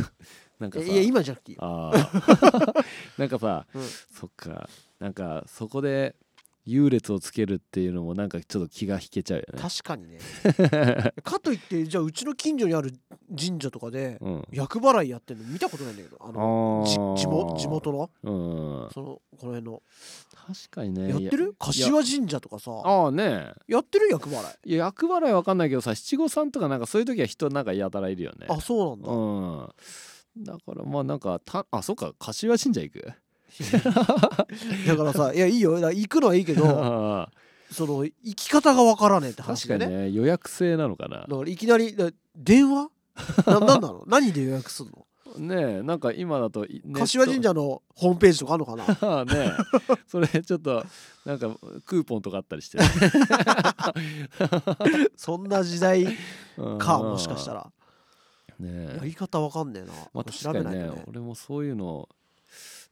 Speaker 2: なんかさ
Speaker 1: えいや今じゃなくていいよ
Speaker 2: あ [LAUGHS] ーなんかさ、
Speaker 1: うん
Speaker 2: そっかなんかそこで優劣をつけるっていうのもなんかちょっと気が引けちゃうよね
Speaker 1: 確かにね
Speaker 2: [LAUGHS]
Speaker 1: かといってじゃあうちの近所にある神社とかで
Speaker 2: うん
Speaker 1: 厄払いやってるの見たことないんだけどあ
Speaker 2: あ
Speaker 1: のじ
Speaker 2: ー
Speaker 1: 地元地元の
Speaker 2: うん
Speaker 1: そのこの辺の
Speaker 2: 確かにね
Speaker 1: やって
Speaker 2: い
Speaker 1: る
Speaker 2: いや
Speaker 1: 柏神社とかさ
Speaker 2: ああね
Speaker 1: やってる厄払い
Speaker 2: いや役払いわかんないけどさ七五三とかなんかそういう時は人なんかやたらいるよね
Speaker 1: あそうなんだ
Speaker 2: うんだからまあなんかたあそっか柏神社行く
Speaker 1: だからさいやいいよだから行くのはいい
Speaker 2: [LAUGHS]
Speaker 1: けど
Speaker 2: あ
Speaker 1: その行き方がわからねえって
Speaker 2: ー
Speaker 1: 話
Speaker 2: 確
Speaker 1: で
Speaker 2: か
Speaker 1: ね
Speaker 2: にね予約制なのかな
Speaker 1: だからいきなりだ電話なな
Speaker 2: [LAUGHS]
Speaker 1: んなの何で予約するの
Speaker 2: ねえなんか今だといネット
Speaker 1: 柏神社のホームページとかあるの
Speaker 2: [LAUGHS]
Speaker 1: かな
Speaker 2: ああ [LAUGHS] ね
Speaker 1: [LAUGHS]
Speaker 2: それちょっとなんかクーポンとかあったりして
Speaker 1: そんな時代 [LAUGHS] か
Speaker 2: か
Speaker 1: もしかしたら
Speaker 2: ね
Speaker 1: や
Speaker 2: え
Speaker 1: り方わかんねえな、
Speaker 2: まあ
Speaker 1: 調
Speaker 2: 確
Speaker 1: べ
Speaker 2: か
Speaker 1: ない
Speaker 2: に
Speaker 1: と
Speaker 2: ね
Speaker 1: ね
Speaker 2: 俺もそういうの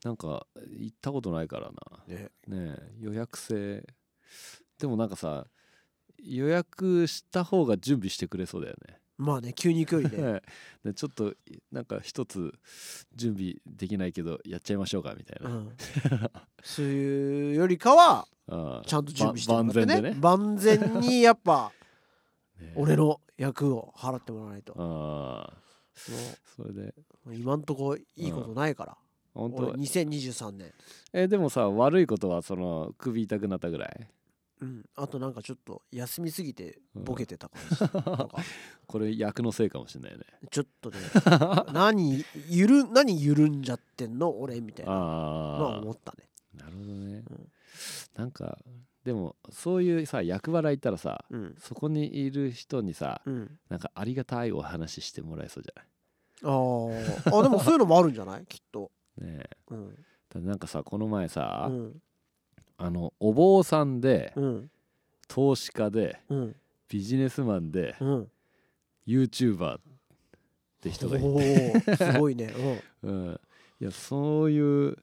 Speaker 2: なんか行ったことないから
Speaker 1: ね
Speaker 2: なねえ予約制でもなんかさ予約した方が準備してくれそうだよね
Speaker 1: まあね急に
Speaker 2: [LAUGHS]
Speaker 1: 行くよりね
Speaker 2: でちょっとなんか一つ準備できないけどやっちゃいましょうかみたいうな、
Speaker 1: んそういうよりかは
Speaker 2: ああ
Speaker 1: ちゃんと準備してもら
Speaker 2: ば万
Speaker 1: って
Speaker 2: 全
Speaker 1: ね
Speaker 2: でね
Speaker 1: 万全にやっ
Speaker 2: [LAUGHS]
Speaker 1: ぱ
Speaker 2: ね
Speaker 1: 俺の役を払ってもらわないとも
Speaker 2: ああそれで
Speaker 1: う今んとこいいことないから、
Speaker 2: 本当
Speaker 1: 俺2023年、
Speaker 2: えでもさ悪いことはその首痛くなったぐらい
Speaker 1: うん、あとなんかちょっと休みすぎてボケてた感
Speaker 2: [LAUGHS]
Speaker 1: じ、とか
Speaker 2: これ役のせいかもしれないね
Speaker 1: ちょっとね何ゆる何緩んじゃってんの俺みたいなのは
Speaker 2: あ
Speaker 1: 思ったね
Speaker 2: あなるほどね、
Speaker 1: うん
Speaker 2: なんかでもそういうさ役払い行ったらさ
Speaker 1: うん
Speaker 2: そこにいる人にさ
Speaker 1: うん、
Speaker 2: なんかありがたいお話ししてもらえそうじゃ
Speaker 1: あーあでもそういうのもあるんじゃないきっと、
Speaker 2: ないねえ
Speaker 1: うん
Speaker 2: ただなんかさこの前
Speaker 1: う
Speaker 2: さ、
Speaker 1: ん
Speaker 2: あのお坊さんで、
Speaker 1: うん
Speaker 2: 投資家で
Speaker 1: うん
Speaker 2: ビジネスマンで、
Speaker 1: うん
Speaker 2: YouTuber って人がいて、
Speaker 1: おーすごいね、
Speaker 2: [LAUGHS] うん、いやそういう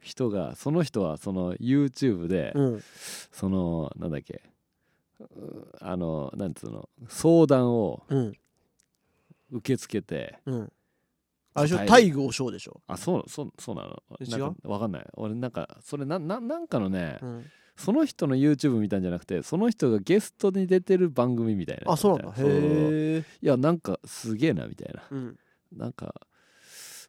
Speaker 2: 人がその人はその YouTube で、
Speaker 1: うんうん、
Speaker 2: そのなんだっけうあのなんつうの相談を
Speaker 1: うん
Speaker 2: 受け付けて
Speaker 1: うん。あれでしょ
Speaker 2: 答え
Speaker 1: 大魚将でしょ。
Speaker 2: あそうそうそうなの
Speaker 1: え
Speaker 2: なんかわかんない俺なんかそれなななんかのね、
Speaker 1: うん、
Speaker 2: その人の YouTube 見たんじゃなくてその人がゲストに出てる番組みたいな
Speaker 1: あ、そうなんだ。
Speaker 2: そう
Speaker 1: へえ。
Speaker 2: いやなんかすげえなみたいな
Speaker 1: うん。
Speaker 2: なんか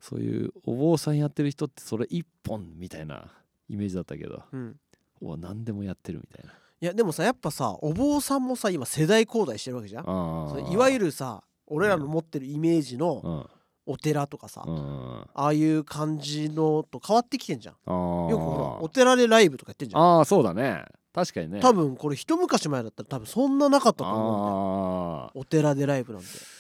Speaker 2: そういうお坊さんやってる人ってそれ一本みたいなイメージだったけど
Speaker 1: うん。
Speaker 2: うわ何でもやってるみたいない
Speaker 1: やでもさやっぱさお坊さんもさ今世代交代してるわけじゃんそれいわゆ
Speaker 2: る、
Speaker 1: るさ俺らの持ってるイメージ
Speaker 2: う
Speaker 1: の
Speaker 2: ん
Speaker 1: お寺とかさ、
Speaker 2: うんうんうん、
Speaker 1: ああいう感じのと変わってきてんじゃん
Speaker 2: あ
Speaker 1: よくほらお
Speaker 2: ー
Speaker 1: 寺でライブとかやってんじゃん
Speaker 2: あーそうだね確かにね
Speaker 1: 多分これ一昔前だったら多分そんななかったと思うんだよ
Speaker 2: あ
Speaker 1: お寺でライブなんて、
Speaker 2: ー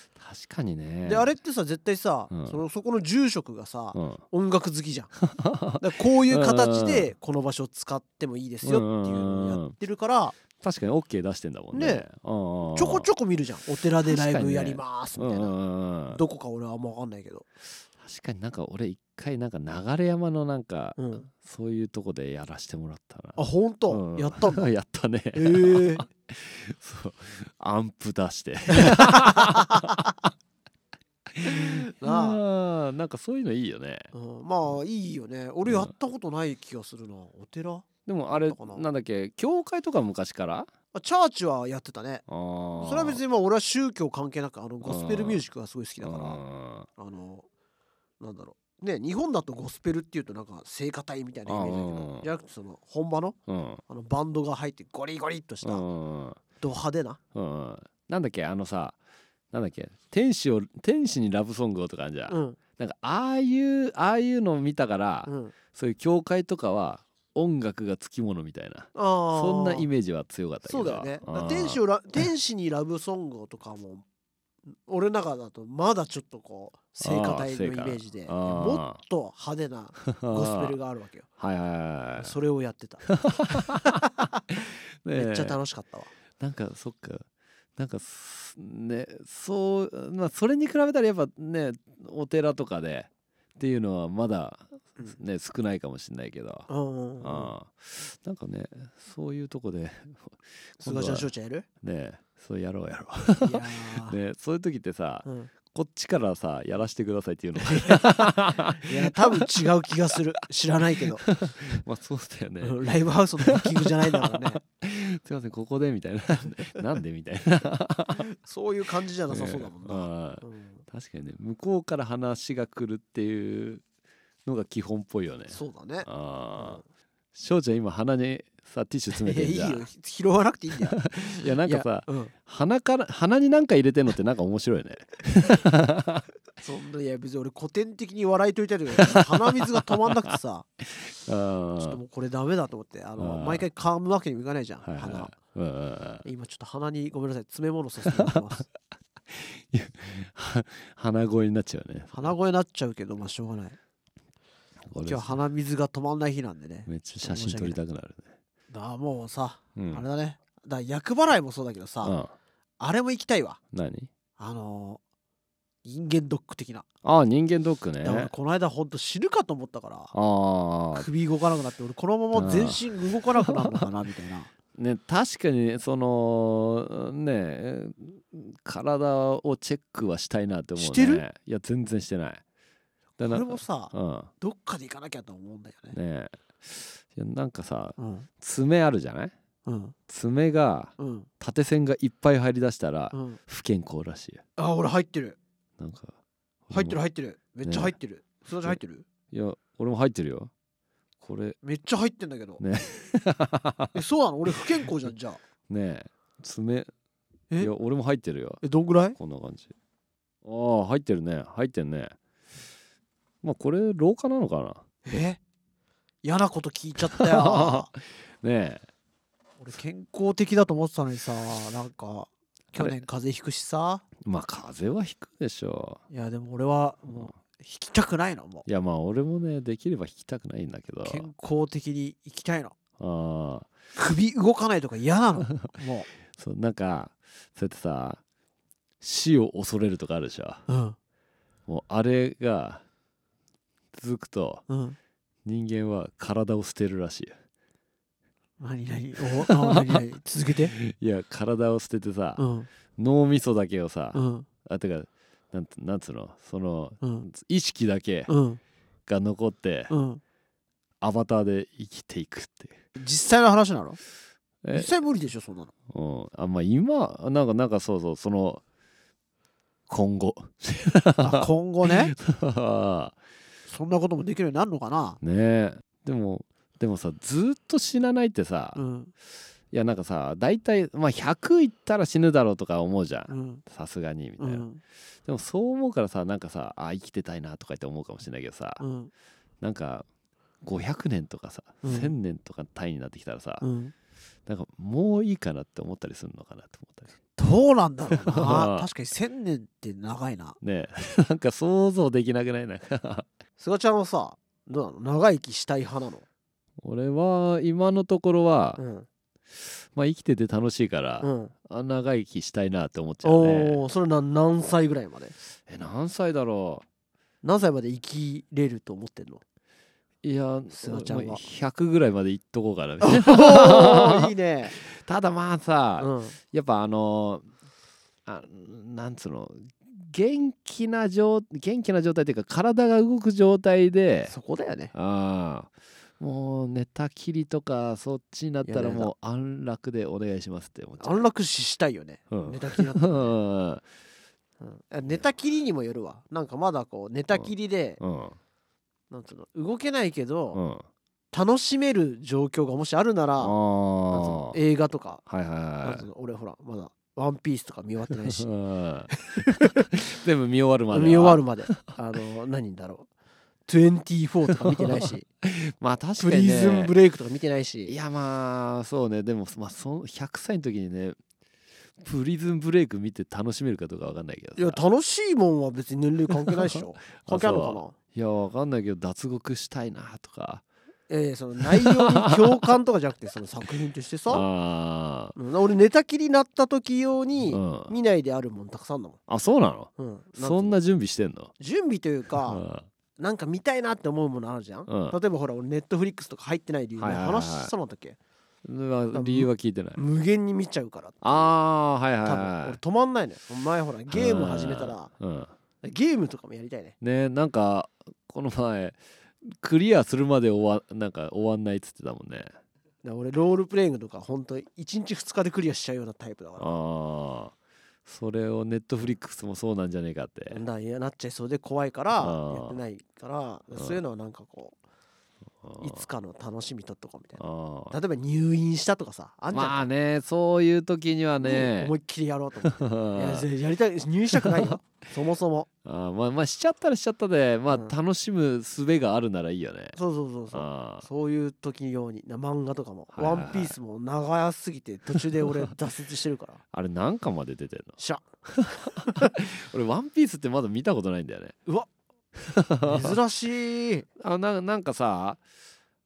Speaker 2: 確かにね
Speaker 1: であれってさ絶対さ、
Speaker 2: うん
Speaker 1: そのそこの住職がさ、
Speaker 2: うん
Speaker 1: 音楽好きじゃんだからこういう形でこの場所使ってもいいですよっていうのをやってるから
Speaker 2: 確かに OK 出してんだもんね
Speaker 1: ね
Speaker 2: うん
Speaker 1: ちょこちょこ見るじゃんお寺でラ
Speaker 2: 確
Speaker 1: イ
Speaker 2: かに
Speaker 1: ブ
Speaker 2: ね
Speaker 1: やります
Speaker 2: う
Speaker 1: み
Speaker 2: ん
Speaker 1: た
Speaker 2: うん
Speaker 1: いな
Speaker 2: うんうん
Speaker 1: どこか俺はあんま分かんないけど
Speaker 2: 確かになんか俺一回なんか流山のなんか、
Speaker 1: うん
Speaker 2: そういうとこでやらしてもらったな
Speaker 1: あ本当
Speaker 2: うん
Speaker 1: やった
Speaker 2: [LAUGHS]
Speaker 1: んだ
Speaker 2: やったね
Speaker 1: へ
Speaker 2: [LAUGHS]
Speaker 1: え
Speaker 2: そうアンプ出
Speaker 1: [LAUGHS]
Speaker 2: して
Speaker 1: なあ
Speaker 2: あーなんかそういうのいいよね
Speaker 1: うんまあいいよね俺
Speaker 2: うん
Speaker 1: やったことない気がするなお寺
Speaker 2: でもあれ
Speaker 1: どこの
Speaker 2: なんだっけ教会とか昔から
Speaker 1: あチャーチはやってたね
Speaker 2: あー
Speaker 1: それは別にまあ俺は宗教関係なくあのゴスペルミュージックがすごい好きだか
Speaker 2: う
Speaker 1: ら
Speaker 2: ん
Speaker 1: あのなんだろうね日本だとゴスペルっていうとなんか聖歌隊みたいなイメージだけ
Speaker 2: う
Speaker 1: ど
Speaker 2: ん
Speaker 1: じゃなくてその本場の
Speaker 2: うん
Speaker 1: あのバンドが入ってゴリゴリっとしたド
Speaker 2: うん
Speaker 1: 派手な
Speaker 2: うんなんだっけあのさなんだっけ天使を天使にラブソングをとかあるじゃん、
Speaker 1: うん
Speaker 2: なんかああいうああいうのを見たから、
Speaker 1: うん
Speaker 2: そういう教会とかは音楽がつきものみたいな
Speaker 1: あー
Speaker 2: そんなイメージは強かったけ
Speaker 1: そ
Speaker 2: ど
Speaker 1: うだよねだから
Speaker 2: あー
Speaker 1: 天使をラ天使にラブソングをとかも俺の中だとまだちょっとこう聖歌隊のイメージで
Speaker 2: あー
Speaker 1: もっと派手なゴスペルがあるわけよ
Speaker 2: [LAUGHS] はいはいはいはい
Speaker 1: それをやってた
Speaker 2: ね [LAUGHS] え
Speaker 1: めっちゃ楽しかったわ
Speaker 2: なんかそっかなんかすねそうまあそれに比べたらやっぱねお寺とかでっていうのはまだね、少ないかもしれないけど、あ
Speaker 1: うんうんうん
Speaker 2: あなんかねそういうとこ
Speaker 1: [LAUGHS]
Speaker 2: で今度
Speaker 1: 菅
Speaker 2: は
Speaker 1: ちゃん翔ちゃんやる
Speaker 2: ねそうやろうやろ
Speaker 1: いや
Speaker 2: う、
Speaker 1: ー
Speaker 2: [LAUGHS] ね、そういう時ってさ
Speaker 1: うん
Speaker 2: こっちからさやらしてくださいっていうのが
Speaker 1: いや多分違う気が
Speaker 2: [LAUGHS]
Speaker 1: する知らないけど [LAUGHS]
Speaker 2: まあそうだよね
Speaker 1: うんライブハウスのブッキングじゃないんだからね
Speaker 2: [LAUGHS] すいませんここでみた
Speaker 1: [LAUGHS]
Speaker 2: いななんでみたいな
Speaker 1: そういう感じじゃなさそうだもん
Speaker 2: ね
Speaker 1: な
Speaker 2: ああ
Speaker 1: うん
Speaker 2: 確かにね向こうから話が来るっていうのが基本っぽいよね
Speaker 1: そうだね
Speaker 2: ああ翔ちゃん今鼻にさティッシュ詰め
Speaker 1: い
Speaker 2: て
Speaker 1: やい
Speaker 2: るじゃ
Speaker 1: [LAUGHS] い
Speaker 2: ん
Speaker 1: よ拾わなくていいんだよ
Speaker 2: い [LAUGHS] やなんか
Speaker 1: い
Speaker 2: さ
Speaker 1: やうん
Speaker 2: 鼻から鼻になんか入れてんのってなんか面白いね
Speaker 1: そんないや別に俺古典的に笑いといたけど鼻水が止まんなく
Speaker 2: [LAUGHS]
Speaker 1: てさ
Speaker 2: あ
Speaker 1: [LAUGHS] ちょっともうこれダメだと思ってあの
Speaker 2: うん
Speaker 1: 毎回噛むわけにもいかないじゃん
Speaker 2: あはいはい
Speaker 1: 鼻
Speaker 2: うんうんうん [LAUGHS]
Speaker 1: 今ちょっと鼻にごめんなさい詰め物させてもらってます
Speaker 2: は鼻声になっちゃうね
Speaker 1: 鼻声になっちゃうけどまあしょうがない
Speaker 2: これ
Speaker 1: 今日鼻水が止まんない日なんでね
Speaker 2: めっちゃ写真撮りたくなるね
Speaker 1: だからもうさ
Speaker 2: うん
Speaker 1: あれだねだから厄払いもそうだけど
Speaker 2: う
Speaker 1: さ
Speaker 2: ん
Speaker 1: あれも行きたいわ
Speaker 2: 何
Speaker 1: あのー人間ドック的な
Speaker 2: ああ人間ドックね
Speaker 1: だから俺この間ほんと死ぬかと思ったから
Speaker 2: ああ
Speaker 1: 首動かなくなって俺このまま全身動かなくなるのかなみたいな
Speaker 2: ね確かにそのね体をチェックはしたいなって思うね
Speaker 1: してる
Speaker 2: いや全然してないだ [LAUGHS]
Speaker 1: こ
Speaker 2: な
Speaker 1: れもさ
Speaker 2: うん
Speaker 1: どっかで行かなきゃと思うんだよね。
Speaker 2: ねいやなんかさ
Speaker 1: うん
Speaker 2: 爪あるじゃない
Speaker 1: うん
Speaker 2: 爪が
Speaker 1: うん
Speaker 2: 縦線がいっぱい入り出したら
Speaker 1: うん。
Speaker 2: 不健康らしいよ
Speaker 1: あ俺入ってる
Speaker 2: なんか
Speaker 1: 入って
Speaker 2: 俺
Speaker 1: る
Speaker 2: も
Speaker 1: 入ってるめっちゃ入ってる。それじゃ入ってる
Speaker 2: いや俺も入ってるよこれ
Speaker 1: めっちゃ入ってんだけど。
Speaker 2: ね
Speaker 1: [LAUGHS] えそうなの俺不健康じゃんじゃあ。
Speaker 2: ねえ爪い
Speaker 1: え
Speaker 2: や俺も入ってるよ
Speaker 1: えどんぐらい
Speaker 2: こんな感じああ入ってるね入ってんねまあこれ老化なのか
Speaker 1: え嫌なこと聞いちゃっ
Speaker 2: [LAUGHS]
Speaker 1: たよ。
Speaker 2: なねえ
Speaker 1: 俺健康的だと思ってたのにさなんか去
Speaker 2: あ
Speaker 1: 年風邪ひくしさ
Speaker 2: まあ風邪はひくでしょ
Speaker 1: いやでも俺は
Speaker 2: う、
Speaker 1: もうひきたくないのも
Speaker 2: いやまあ俺もねできれば引きたくないんだけど
Speaker 1: う健康的に生きたいの
Speaker 2: ああ
Speaker 1: 首動かないとか嫌なのも
Speaker 2: そうなんかそうやってさ死を恐れるとかあるでしょ
Speaker 1: ううん
Speaker 2: もうあれが続くと
Speaker 1: うん
Speaker 2: 人間は体を捨てるらしいよ
Speaker 1: 何何 [LAUGHS] おあ何何続けて
Speaker 2: いや体を捨ててさ、
Speaker 1: うん
Speaker 2: 脳みそだけをさ、
Speaker 1: うん
Speaker 2: あてかなんつなんつうのその
Speaker 1: うん
Speaker 2: 意識だけ
Speaker 1: うん
Speaker 2: が残って
Speaker 1: うん
Speaker 2: アバターで生きていくっていう
Speaker 1: 実際の話なの
Speaker 2: え
Speaker 1: 実際無理でしょそんなの
Speaker 2: うん、あまあ今なんかなんかそうそうその今後 [LAUGHS]
Speaker 1: あ今後ね
Speaker 2: ね
Speaker 1: そんなこともできるようになるのかな
Speaker 2: えでもでもさずっと死なないってさ、
Speaker 1: うん
Speaker 2: いやなんかさ大体、まあ、100いったら死ぬだろうとか思うじゃ
Speaker 1: うんん
Speaker 2: さすがにみた
Speaker 1: う
Speaker 2: いな、
Speaker 1: ん
Speaker 2: でもそう思うからさなんかさあ生きてたいなとかって思うかもしれないけどさ、
Speaker 1: うん
Speaker 2: なんか500年とかさ、
Speaker 1: うん
Speaker 2: 1000年とか単位になってきたらさ、
Speaker 1: うん
Speaker 2: なんかもういいかなって思ったりするのかなって思ったり
Speaker 1: どうなんだろうな確かに1000年って長いな
Speaker 2: ねえ [LAUGHS] なんか想像できなくない [LAUGHS] なんか
Speaker 1: 菅ちゃんはさどうなの長生きしたい派なの
Speaker 2: 俺は今のところは、
Speaker 1: うん
Speaker 2: まあ生きてて楽しいから、
Speaker 1: うん
Speaker 2: あ長生きしたいなって思っちゃうね
Speaker 1: おおーそれな何歳ぐらいまで
Speaker 2: え何歳だろ
Speaker 1: 何歳まで生きれると思って
Speaker 2: [LAUGHS]
Speaker 1: んの
Speaker 2: ういや
Speaker 1: すがちゃんは
Speaker 2: もう100ぐらいまでいっとこうかな
Speaker 1: おーいいね、
Speaker 2: [LAUGHS] ただまあさ、
Speaker 1: うん、
Speaker 2: やっぱあのあなんつうの元気な状元気な状態というか体が動く状態で
Speaker 1: そこだよね
Speaker 2: ああもう寝たきりとかそっちになった
Speaker 1: い
Speaker 2: ら
Speaker 1: やいや
Speaker 2: もう安楽でお願いしますって思っちゃう
Speaker 1: 安楽死したいよね、
Speaker 2: うん
Speaker 1: 寝たきり
Speaker 2: [LAUGHS]
Speaker 1: な、
Speaker 2: うん
Speaker 1: うん、寝たきりにもよるわなんかまだこう寝たきりで、
Speaker 2: うん
Speaker 1: なんつうの動けないけど、
Speaker 2: うん
Speaker 1: 楽しめる状況がもしあるなら
Speaker 2: あ
Speaker 1: なんつ
Speaker 2: あ
Speaker 1: うの
Speaker 2: はい
Speaker 1: 映画とか
Speaker 2: はい
Speaker 1: なん
Speaker 2: は
Speaker 1: つうの俺ほらまだ「ワンピースとか見終わってない
Speaker 2: い
Speaker 1: し
Speaker 2: うん [LAUGHS] 全部見終わるまでは
Speaker 1: 見終わるまであの何だろう24とか見てな
Speaker 2: [LAUGHS]
Speaker 1: いし
Speaker 2: まあ確
Speaker 1: プ
Speaker 2: かに
Speaker 1: リ
Speaker 2: ね
Speaker 1: ズンブレイクとか見てない
Speaker 2: い
Speaker 1: し
Speaker 2: やまあそうねでも、まあ、その100歳の時にねプリズンブレイク見て楽しめるかどうかわかんないけど
Speaker 1: いや
Speaker 2: さ
Speaker 1: 楽しいもんは別に年齢関係ないでし
Speaker 2: [LAUGHS]
Speaker 1: ょ関係あるのかない
Speaker 2: やわかんないけど脱獄したいなとか
Speaker 1: ええその内容に共感とかじゃなくてその作品としてさ、
Speaker 2: [LAUGHS] あ
Speaker 1: うん俺寝たきりになった時用
Speaker 2: ー
Speaker 1: に
Speaker 2: うん、
Speaker 1: 見ないであるもんたくさんだも
Speaker 2: あそうなの
Speaker 1: ん,、うん、
Speaker 2: そん
Speaker 1: な
Speaker 2: な準備してんの
Speaker 1: 準備という
Speaker 2: う
Speaker 1: か、
Speaker 2: ん
Speaker 1: なんか見たいなって思うものあるじゃん、
Speaker 2: うん
Speaker 1: 例えばほら俺ネットフリックスとか入ってない理由で
Speaker 2: はいはいはい
Speaker 1: 話したのだっけ、
Speaker 2: まあ理由は聞いてない
Speaker 1: 無限に見ちゃうからって
Speaker 2: ああーはいは
Speaker 1: 多
Speaker 2: い
Speaker 1: 分
Speaker 2: は
Speaker 1: 俺止まんないのよ前ほらゲーム始めたら
Speaker 2: い、うん、
Speaker 1: ゲームとかもやりたいね
Speaker 2: ねなんかこの前クリアするまで終わなんか終わんないっつってたもんね
Speaker 1: だから俺ロールプレイングとか本当1日2日でクリアしちゃうようなタイプだから
Speaker 2: ああそれをネットフリックスもそうなんじゃねえかって
Speaker 1: だからいやなっちゃいそうで怖いから
Speaker 2: あー
Speaker 1: やってないから
Speaker 2: ん
Speaker 1: そういうのはなんかこ
Speaker 2: あー
Speaker 1: ういつかの楽しみとっとこうみたい
Speaker 2: あ
Speaker 1: な例えば入院したとかさあ
Speaker 2: あ
Speaker 1: んじゃん、
Speaker 2: まあねそういう時にはね
Speaker 1: 思いっきりやろうと思
Speaker 2: [LAUGHS]
Speaker 1: っていや
Speaker 2: あ
Speaker 1: ぜやりたい入院した
Speaker 2: [LAUGHS]
Speaker 1: くないよそもそも
Speaker 2: ーまあまあしちゃったらしちゃったでまあ
Speaker 1: うん
Speaker 2: 楽しむ術があるならいいよね
Speaker 1: そうそうそうそう
Speaker 2: あー
Speaker 1: そういう時用にな漫画とかも「
Speaker 2: はいはい
Speaker 1: ワ
Speaker 2: はい
Speaker 1: ンピースも長すぎて途中で俺挫折してる
Speaker 2: [LAUGHS]
Speaker 1: から
Speaker 2: あれ何巻まで出てんの
Speaker 1: しゃ
Speaker 2: 俺「ワンピースってまだ見たことないんだよね
Speaker 1: うわ珍しい
Speaker 2: あななんかさ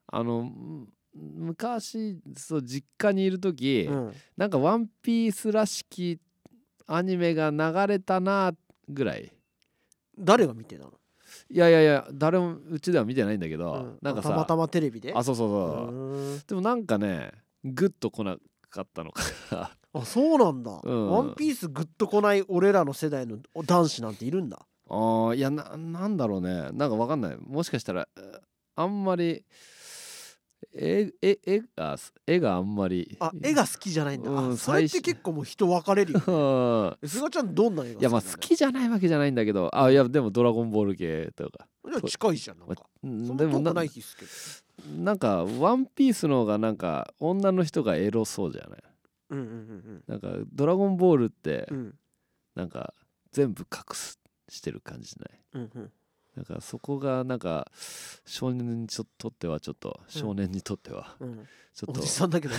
Speaker 2: あのむ昔そう実家にいる時、
Speaker 1: うん
Speaker 2: なんか「ワンピースらしきアニメが流れたなぐらい
Speaker 1: 誰が見てたの
Speaker 2: いやいやいや誰もうちでは見てないんだけど、
Speaker 1: うん
Speaker 2: なんかさ
Speaker 1: たまたまテレビで
Speaker 2: あそうそう
Speaker 1: う
Speaker 2: そう、
Speaker 1: ーん
Speaker 2: でもなんかねグッと来なかったのかな [LAUGHS]
Speaker 1: あそうなんだ、
Speaker 2: うん
Speaker 1: ワンピースグッとこない俺らの世代の男子なんているんだ
Speaker 2: あーいやななんだろうねなんかわかんないもしかしたらえーあんまり絵絵絵が絵があんまり
Speaker 1: あ絵が好きじゃないんだ、
Speaker 2: うん
Speaker 1: あそれっ
Speaker 2: 最
Speaker 1: て
Speaker 2: 初
Speaker 1: 結構もう人分かれ
Speaker 2: [LAUGHS]
Speaker 1: るよ
Speaker 2: うん
Speaker 1: え菅ちゃんどんな映画好き
Speaker 2: いやまあ好きじゃないわけじゃないんだけどあいやでも「ドラゴンボール」系とか
Speaker 1: なのじゃあ近いじゃんなんか
Speaker 2: うん
Speaker 1: そん
Speaker 2: で
Speaker 1: な
Speaker 2: も
Speaker 1: 遠
Speaker 2: な
Speaker 1: くない日っすけど
Speaker 2: なんか「ワンピースの方がなんか女の人がエロそうじゃない
Speaker 1: うんうん
Speaker 2: なんか「ドラゴンボール」って
Speaker 1: うんうん
Speaker 2: なんか全部隠すしてる感じしない
Speaker 1: うんうん
Speaker 2: なんかそこがなんか少年にちょとってはちょっと少年にとっては
Speaker 1: うんうん
Speaker 2: ちょ
Speaker 1: お
Speaker 2: っと、 [LAUGHS]
Speaker 1: じさんだけど
Speaker 2: い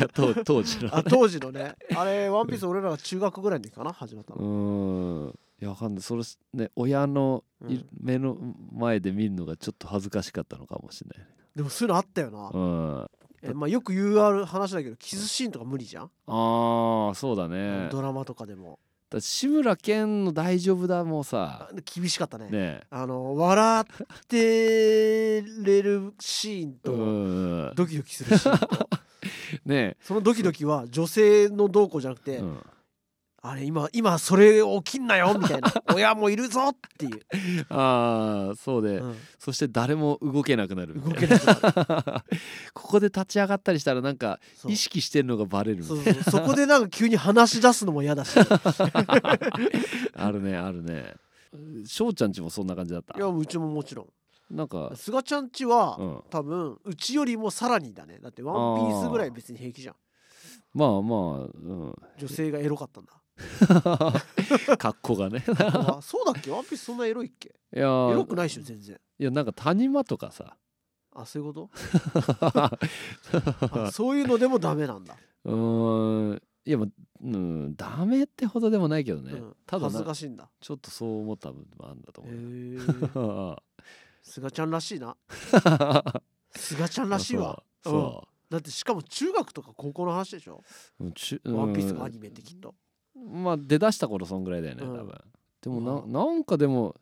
Speaker 2: や当当時の
Speaker 1: あ当時のねあれワンピース俺らが中学ぐらいの時かな始まった
Speaker 2: う
Speaker 1: の
Speaker 2: ーんいやわかんないそれね親のい
Speaker 1: うん
Speaker 2: 目の前で見るのがちょっと恥ずかしかったのかもしれないね
Speaker 1: でもそういうのあったよな、
Speaker 2: うん
Speaker 1: えまあ、よく言うある話だけどキスシーンとか無理じゃん、
Speaker 2: ああそうだねだ
Speaker 1: ドラマとかでも
Speaker 2: って志村けんの「大丈夫だ」もさ
Speaker 1: あ厳しかったね
Speaker 2: ね
Speaker 1: あの笑ってれるシーン
Speaker 2: う
Speaker 1: と
Speaker 2: んうん
Speaker 1: ドキドキするシーン
Speaker 2: [LAUGHS]
Speaker 1: と
Speaker 2: ね
Speaker 1: そのドキドキは女性のどうこうじゃなくて、
Speaker 2: うん
Speaker 1: あれ今今それ起きんなよみ
Speaker 2: [LAUGHS]
Speaker 1: たいな親もいるぞっていう、
Speaker 2: ああそうで
Speaker 1: うん
Speaker 2: そして誰も動けなくなるみた
Speaker 1: 動
Speaker 2: い
Speaker 1: け
Speaker 2: な
Speaker 1: なくなる
Speaker 2: [LAUGHS] ここで立ち上がったりしたらなんか
Speaker 1: そう
Speaker 2: 意識してるのがバレるみた
Speaker 1: そ
Speaker 2: いう
Speaker 1: そうそこでなんか急に話し出すのも嫌だしい
Speaker 2: なあるねあるね翔ちゃんちもそんな感じだった
Speaker 1: やうちももちろん
Speaker 2: なんか
Speaker 1: 菅ちゃんちは、
Speaker 2: うん
Speaker 1: 多分うちよりもさらにだねだってワンピースぐらい別に平気じゃん
Speaker 2: まあまあうん
Speaker 1: [LAUGHS] 女性がエロかったん
Speaker 2: [LAUGHS]
Speaker 1: だ
Speaker 2: 格好が
Speaker 1: [LAUGHS]
Speaker 2: ね
Speaker 1: あそうだっけワンピースそんなエロいっけ
Speaker 2: いや
Speaker 1: エ
Speaker 2: ー
Speaker 1: ロくないでしょ全然
Speaker 2: いやなんか谷間とかさ [LAUGHS]
Speaker 1: あそういうことあそういうのでもダ
Speaker 2: [LAUGHS]
Speaker 1: メなんだ、
Speaker 2: うーんいやまあうんダメってほどでもないけどね、
Speaker 1: うん、
Speaker 2: ただ
Speaker 1: 恥ず
Speaker 2: な
Speaker 1: かしいんだ
Speaker 2: ちょっとそう思った部分もあるんだと
Speaker 1: へ
Speaker 2: 思うよ、
Speaker 1: え菅ちゃんらしいな
Speaker 2: [LAUGHS]
Speaker 1: 菅ちゃんらしいわ
Speaker 2: そうそ
Speaker 1: だってしかも中学とか高校の話でしょ
Speaker 2: う、うんちゅ
Speaker 1: 「ワンピースのアニメってきっと
Speaker 2: うんまあ出だした頃そんぐらいだよね、
Speaker 1: うん
Speaker 2: 多分でも
Speaker 1: う
Speaker 2: ななんかでも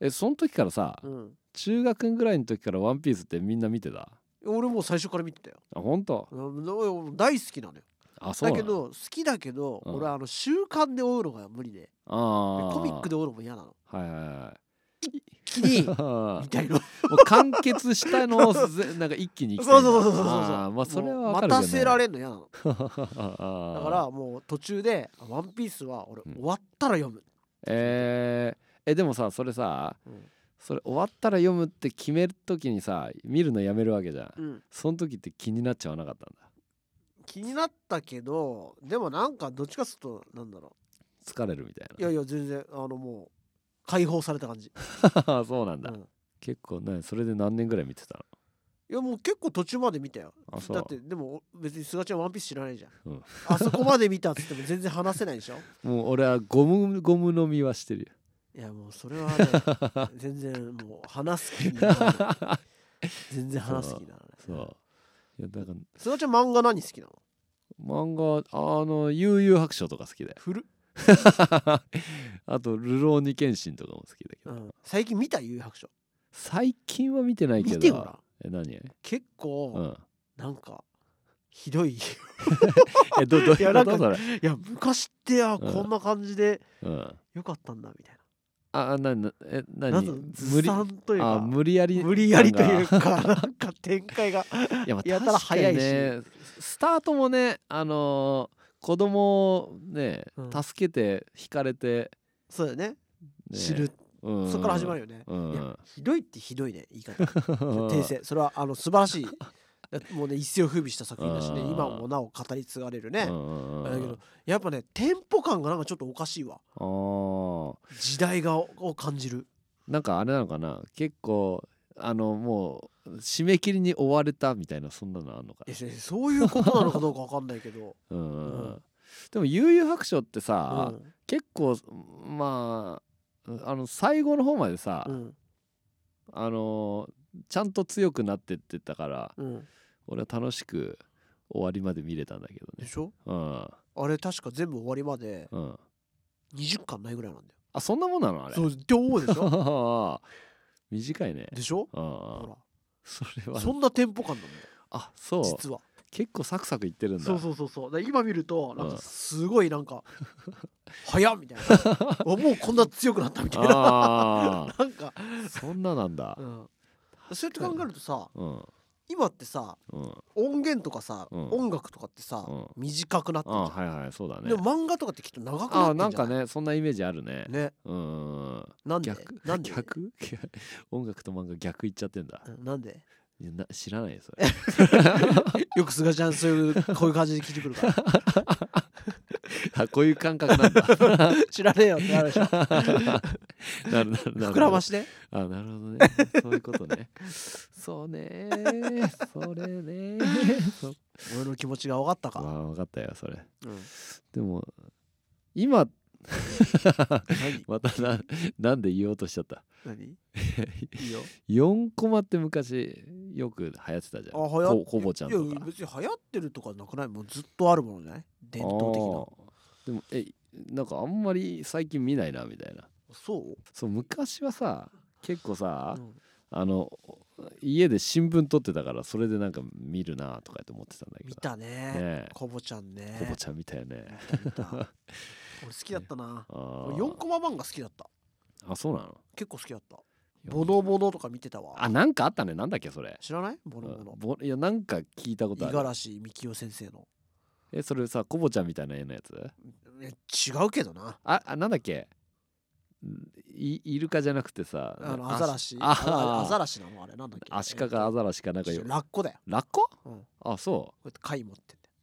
Speaker 2: えその時からさ、
Speaker 1: うん
Speaker 2: 中学ぐらいの時から「ワンピースってみんな見てた
Speaker 1: 俺もう最初から見てたよ
Speaker 2: あ本当
Speaker 1: うん大好きなのよ
Speaker 2: あそう
Speaker 1: だ
Speaker 2: な
Speaker 1: け
Speaker 2: の
Speaker 1: ど好きだけど
Speaker 2: うん
Speaker 1: 俺あの習慣で追うのが無理でで
Speaker 2: あー
Speaker 1: コミックで追うのも嫌なの
Speaker 2: はいはいはい
Speaker 1: 気にみ
Speaker 2: も
Speaker 1: た
Speaker 2: [LAUGHS]
Speaker 1: いな
Speaker 2: う完結したのをぜなんか一気に行きたいんだ
Speaker 1: そうそうそうそうそう
Speaker 2: あーまあそれは
Speaker 1: もう
Speaker 2: わかる
Speaker 1: 待
Speaker 2: けど
Speaker 1: た
Speaker 2: ね
Speaker 1: せ
Speaker 2: [LAUGHS]
Speaker 1: られんの嫌なの
Speaker 2: だか
Speaker 1: だからもう途中で「あワンピースは俺
Speaker 2: うん
Speaker 1: 終わったら読む
Speaker 2: えーえでもさそれさ
Speaker 1: うん
Speaker 2: それ終わったら読むって決める時にさ見るのやめるわけじゃん、
Speaker 1: うん
Speaker 2: その時って気になっちゃわなかったんだ
Speaker 1: 気になったけどでもなんかどっちかっつうとなんだろ
Speaker 2: 疲れるみたいう
Speaker 1: いやいや全然あのもう解放された感じ、
Speaker 2: なそうなん
Speaker 1: う
Speaker 2: [LAUGHS] だ、
Speaker 1: ん
Speaker 2: 結構ねそれで何年ぐらい見てたの
Speaker 1: いやもう結構途中まで見たよ
Speaker 2: あそう
Speaker 1: だってでも別にすがちゃんワンピース知らないじゃん、
Speaker 2: うん
Speaker 1: あそこまで見たっつっても全然話せないでしょ [LAUGHS]
Speaker 2: もう俺はゴムゴム飲みはしてるよ
Speaker 1: いやもうそれはね
Speaker 2: [LAUGHS]
Speaker 1: 全然もう話す気にならない全然話す気にならない
Speaker 2: [LAUGHS] そういやだから
Speaker 1: すがちゃん漫画何好きなの
Speaker 2: 漫画あの悠々白書とか好きだ
Speaker 1: [LAUGHS]
Speaker 2: よ
Speaker 1: 古っ、
Speaker 2: あと「流浪に剣心」とかも好きだけ
Speaker 1: う
Speaker 2: ど、
Speaker 1: ん、最近見た有白書
Speaker 2: 最近は見てないけど
Speaker 1: 見てごらん
Speaker 2: え何
Speaker 1: 結構、
Speaker 2: うん
Speaker 1: なんかひどい [LAUGHS] い
Speaker 2: えどどう
Speaker 1: い
Speaker 2: い
Speaker 1: や
Speaker 2: う
Speaker 1: な
Speaker 2: こ
Speaker 1: んか
Speaker 2: とそれ、
Speaker 1: や昔ってあこんな感じで
Speaker 2: うん、
Speaker 1: よかったんだみたい
Speaker 2: あななえ
Speaker 1: な,、
Speaker 2: 何
Speaker 1: なんか
Speaker 2: 無
Speaker 1: ず
Speaker 2: 理
Speaker 1: さんという
Speaker 2: あ
Speaker 1: か
Speaker 2: 無理やり
Speaker 1: 無理やりという
Speaker 2: か
Speaker 1: かなんか展
Speaker 2: [LAUGHS]
Speaker 1: 開が
Speaker 2: いやまあ
Speaker 1: やたら早いし
Speaker 2: 確かにねスタートもねあのー子供をね、
Speaker 1: うん
Speaker 2: 助けて引かれて、
Speaker 1: そうだよね
Speaker 2: ね
Speaker 1: 知る、
Speaker 2: うん
Speaker 1: そこから始まるよね、
Speaker 2: うん
Speaker 1: いやひどいってひどいね言い
Speaker 2: [LAUGHS]
Speaker 1: 方訂正それはあの素晴らしい [LAUGHS] だってもうね一世を風靡した作品だしね
Speaker 2: うん
Speaker 1: 今もなお語り継がれるね、
Speaker 2: うんうんうん
Speaker 1: だけどやっぱねテンポ感がなんかちょっとおかしいわ
Speaker 2: あー
Speaker 1: 時代がを感じる
Speaker 2: なんかあれなのかな結構あのもう締め切りに追われたみたいなそんなのあんのか
Speaker 1: いやそういうことなのかどうかわかんない
Speaker 2: [LAUGHS]
Speaker 1: けど、
Speaker 2: な、うんうんうん
Speaker 1: うん
Speaker 2: でも悠々白書って
Speaker 1: う
Speaker 2: さ、
Speaker 1: ん
Speaker 2: 結構まああの最後の方までさ、
Speaker 1: うん
Speaker 2: あのちゃんと強くなってってたから
Speaker 1: うん、
Speaker 2: 俺は楽しく終わりまで見れたんだけど
Speaker 1: で
Speaker 2: ね
Speaker 1: しょ
Speaker 2: うん
Speaker 1: あれ確か全部終わりまで
Speaker 2: うん
Speaker 1: 20巻ないぐらいなんだよ
Speaker 2: あそんなもんなのあれ
Speaker 1: そうって思うでしょ
Speaker 2: [LAUGHS] 短いね
Speaker 1: でしょ
Speaker 2: うん
Speaker 1: ほ
Speaker 2: それ
Speaker 1: ら
Speaker 2: は
Speaker 1: そんなテンポ感なんだよ
Speaker 2: あそう
Speaker 1: 実は
Speaker 2: 結構サクサクいってるんだ
Speaker 1: そうそうそうそうだから今見るとなん
Speaker 2: うん
Speaker 1: かすごいな
Speaker 2: [LAUGHS]
Speaker 1: んか早っみたいなあもうこんな強くなったみたいな [LAUGHS]
Speaker 2: あ
Speaker 1: なんか、
Speaker 2: あそんななんだ
Speaker 1: うん、そうやって考えるとさ
Speaker 2: うん
Speaker 1: 今ってさ
Speaker 2: うん
Speaker 1: 音源とかさ、
Speaker 2: うん
Speaker 1: 音楽とかってさ、
Speaker 2: うん
Speaker 1: 短くなって
Speaker 2: あ
Speaker 1: るじゃん、
Speaker 2: はいはいそうだね
Speaker 1: でも漫画とかってきっと長く
Speaker 2: あ
Speaker 1: な
Speaker 2: あ
Speaker 1: って
Speaker 2: なん
Speaker 1: んじ
Speaker 2: か
Speaker 1: ゃん
Speaker 2: ねそんなイメージあるね
Speaker 1: ね
Speaker 2: うん
Speaker 1: なんで
Speaker 2: 逆
Speaker 1: なんで
Speaker 2: 逆 [LAUGHS] 音楽と漫画逆いっちゃってんだ
Speaker 1: うんなんで [LAUGHS]
Speaker 2: いやな知らないよそれ
Speaker 1: よく菅ちゃんそういうこういう感じで聞いてくるか
Speaker 2: [LAUGHS]
Speaker 1: ら
Speaker 2: あこういう感覚
Speaker 1: [LAUGHS]
Speaker 2: なんだ [LAUGHS]
Speaker 1: 知らねえよってなるでしょ
Speaker 2: なるなるなる
Speaker 1: 膨らまして
Speaker 2: あなるほどねそ
Speaker 1: [LAUGHS]
Speaker 2: ういうことねそうねそれ [LAUGHS] ねそ
Speaker 1: 俺の気持ちが分かった
Speaker 2: わ
Speaker 1: か、
Speaker 2: あ分かったよそれ
Speaker 1: うん、
Speaker 2: でも今 [LAUGHS]
Speaker 1: 何
Speaker 2: またななんで言おうとしちゃった [LAUGHS]
Speaker 1: 何いいよ
Speaker 2: 4コマって昔よく流行ってたじゃん
Speaker 1: あ流行
Speaker 2: こ
Speaker 1: っ
Speaker 2: コボちゃんと
Speaker 1: いや
Speaker 2: か
Speaker 1: 別に流行ってるとかなくないもうずっとあるものじゃない伝統的な
Speaker 2: 的なでもえなんかあんまり最近見ないなみたいな
Speaker 1: そう
Speaker 2: そう昔はさ結構さ、
Speaker 1: うん
Speaker 2: あの家で新聞撮ってたからそれでなんか見るなとかって思ってたんだけど
Speaker 1: 見たね
Speaker 2: ねえ
Speaker 1: コボちゃんね
Speaker 2: コボちゃんみたいね
Speaker 1: 見た見た
Speaker 2: [LAUGHS]
Speaker 1: 俺好きだったな
Speaker 2: あ
Speaker 1: 俺
Speaker 2: ー
Speaker 1: 4コマ漫画好きだった
Speaker 2: あそうなの
Speaker 1: 結構好きだった
Speaker 2: 四
Speaker 1: ボノボノとか見てたわ
Speaker 2: あなんかあったねなんだっけそれ
Speaker 1: 知らないボ
Speaker 2: う
Speaker 1: ノボ
Speaker 2: ん
Speaker 1: ノ
Speaker 2: ぼいやなんか聞いたこと
Speaker 1: 五
Speaker 2: あ
Speaker 1: 十
Speaker 2: る
Speaker 1: 嵐美樹夫先生の
Speaker 2: えそれさコボちゃんみたいな絵のやつ
Speaker 1: え違うけどな
Speaker 2: ああなんだっけんいイルカじゃなくてさ
Speaker 1: あの
Speaker 2: な
Speaker 1: アザラシ
Speaker 2: あ
Speaker 1: あアザ
Speaker 2: ラ
Speaker 1: ラシなのあれなんだっけ
Speaker 2: アシカかアザラシかなんか
Speaker 1: えっ
Speaker 2: よ
Speaker 1: とラッコだよ
Speaker 2: ラッコ
Speaker 1: うんこ
Speaker 2: あそう
Speaker 1: うやって貝持ってんだよ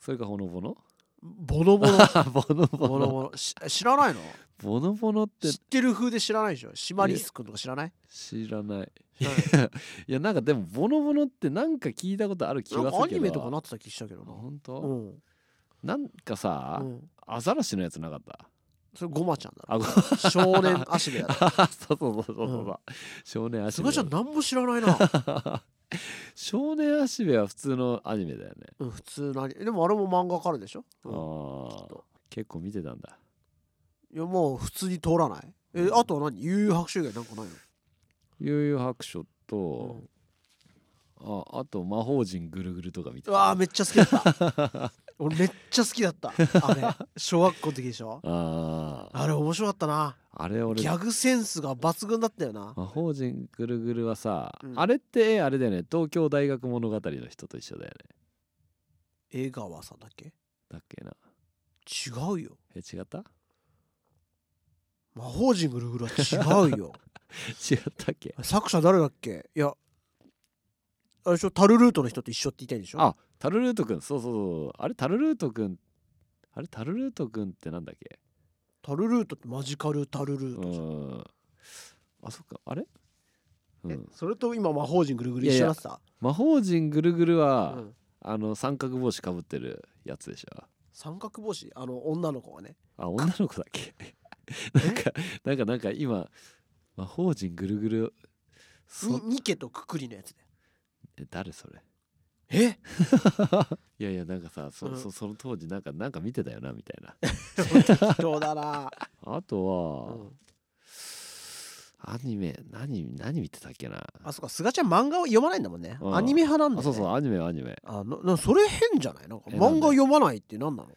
Speaker 2: それかほのぼの [LAUGHS]
Speaker 1: ボノボノ
Speaker 2: あボノ
Speaker 1: [LAUGHS]
Speaker 2: ボ
Speaker 1: ボノ
Speaker 2: ノ
Speaker 1: ボノし知らないの
Speaker 2: ボノボノって
Speaker 1: 知ってる風で知らないでしょシマリス君とか知らない
Speaker 2: 知らない
Speaker 1: 知らない
Speaker 2: [LAUGHS] いやなんかでもボノボノってなんか聞いたことある気
Speaker 1: な
Speaker 2: が
Speaker 1: ん
Speaker 2: す
Speaker 1: かア
Speaker 2: るけど
Speaker 1: ニメとかなってた気したけど
Speaker 2: あ
Speaker 1: な
Speaker 2: 本
Speaker 1: う
Speaker 2: 当
Speaker 1: ん、
Speaker 2: なんかさ
Speaker 1: うん
Speaker 2: アザラシのやつなかった
Speaker 1: それゴマちゃんだろ
Speaker 2: あご
Speaker 1: 少年アシベだ [LAUGHS] ろ
Speaker 2: そうそうそうそうそう、
Speaker 1: うん
Speaker 2: 少年足
Speaker 1: す
Speaker 2: 部
Speaker 1: がちゃん何も知らないな、
Speaker 2: 少年足部は普通のアニメだよね、
Speaker 1: うん、普通なにでもあれも漫画からでしょ、うん
Speaker 2: あ
Speaker 1: きっ
Speaker 2: あ
Speaker 1: と
Speaker 2: 結構見てたんだ
Speaker 1: いやもう普通に通らないえあとは何悠々白書以外なんかないの
Speaker 2: 悠々白書
Speaker 1: う
Speaker 2: と
Speaker 1: ん、
Speaker 2: ああと魔法陣ぐるぐるとか見てた
Speaker 1: うわー
Speaker 2: あ
Speaker 1: めっちゃ好きだった [LAUGHS] 俺めっちゃ好きだったあれ小学校の時でしょ
Speaker 2: あ
Speaker 1: あれ面白かったな
Speaker 2: あれ俺
Speaker 1: ギャグセンスが抜群だったよな
Speaker 2: 魔法陣ぐるぐるはさ、
Speaker 1: うん
Speaker 2: あれってあれだよね東京大学物語の人と一緒だよね
Speaker 1: 江川さんだっけ
Speaker 2: だっけな
Speaker 1: 違うよ
Speaker 2: え違った [LAUGHS]
Speaker 1: 魔法陣ぐるぐるは違うよ [LAUGHS]
Speaker 2: 違ったっけ
Speaker 1: 作者誰だっけいやあれでしょタルルートの人と一緒って言いたいんでしょ
Speaker 2: あタルルートくんそうそうそうあれタルルートくんあれタルルートくんってなんだっけ
Speaker 1: タルルートってマジカルタルルー
Speaker 2: う
Speaker 1: トじゃん
Speaker 2: んあそっかあれうん
Speaker 1: えそれと今魔法陣ぐるぐる
Speaker 2: いやい
Speaker 1: 一緒
Speaker 2: や
Speaker 1: になってた
Speaker 2: 魔法陣ぐるぐるは、
Speaker 1: うん
Speaker 2: あの三角帽子かぶってるやつでしょ
Speaker 1: 三角帽子あの女の子がね
Speaker 2: あ女の子だっ
Speaker 1: [LAUGHS]
Speaker 2: けなんかなんかなんか今魔法陣ぐるぐるそ
Speaker 1: にニケとくくりのやつで
Speaker 2: え誰それ
Speaker 1: え
Speaker 2: いやいやなんかさそ,、
Speaker 1: うん
Speaker 2: そその当時なんかなんか見てたよなみたいな
Speaker 1: 適当
Speaker 2: [LAUGHS]
Speaker 1: だな、
Speaker 2: あと
Speaker 1: う
Speaker 2: は、
Speaker 1: ん、
Speaker 2: アニメ何何見てたっけな
Speaker 1: あそっかすがちゃん漫画を読まないんだもんね、
Speaker 2: うん
Speaker 1: アニメ派なんだ
Speaker 2: あ
Speaker 1: よ、ね、
Speaker 2: そうそうアニメはアニメ
Speaker 1: あのなそれ変じゃないなんか
Speaker 2: えなんで
Speaker 1: 漫画読まないって何なの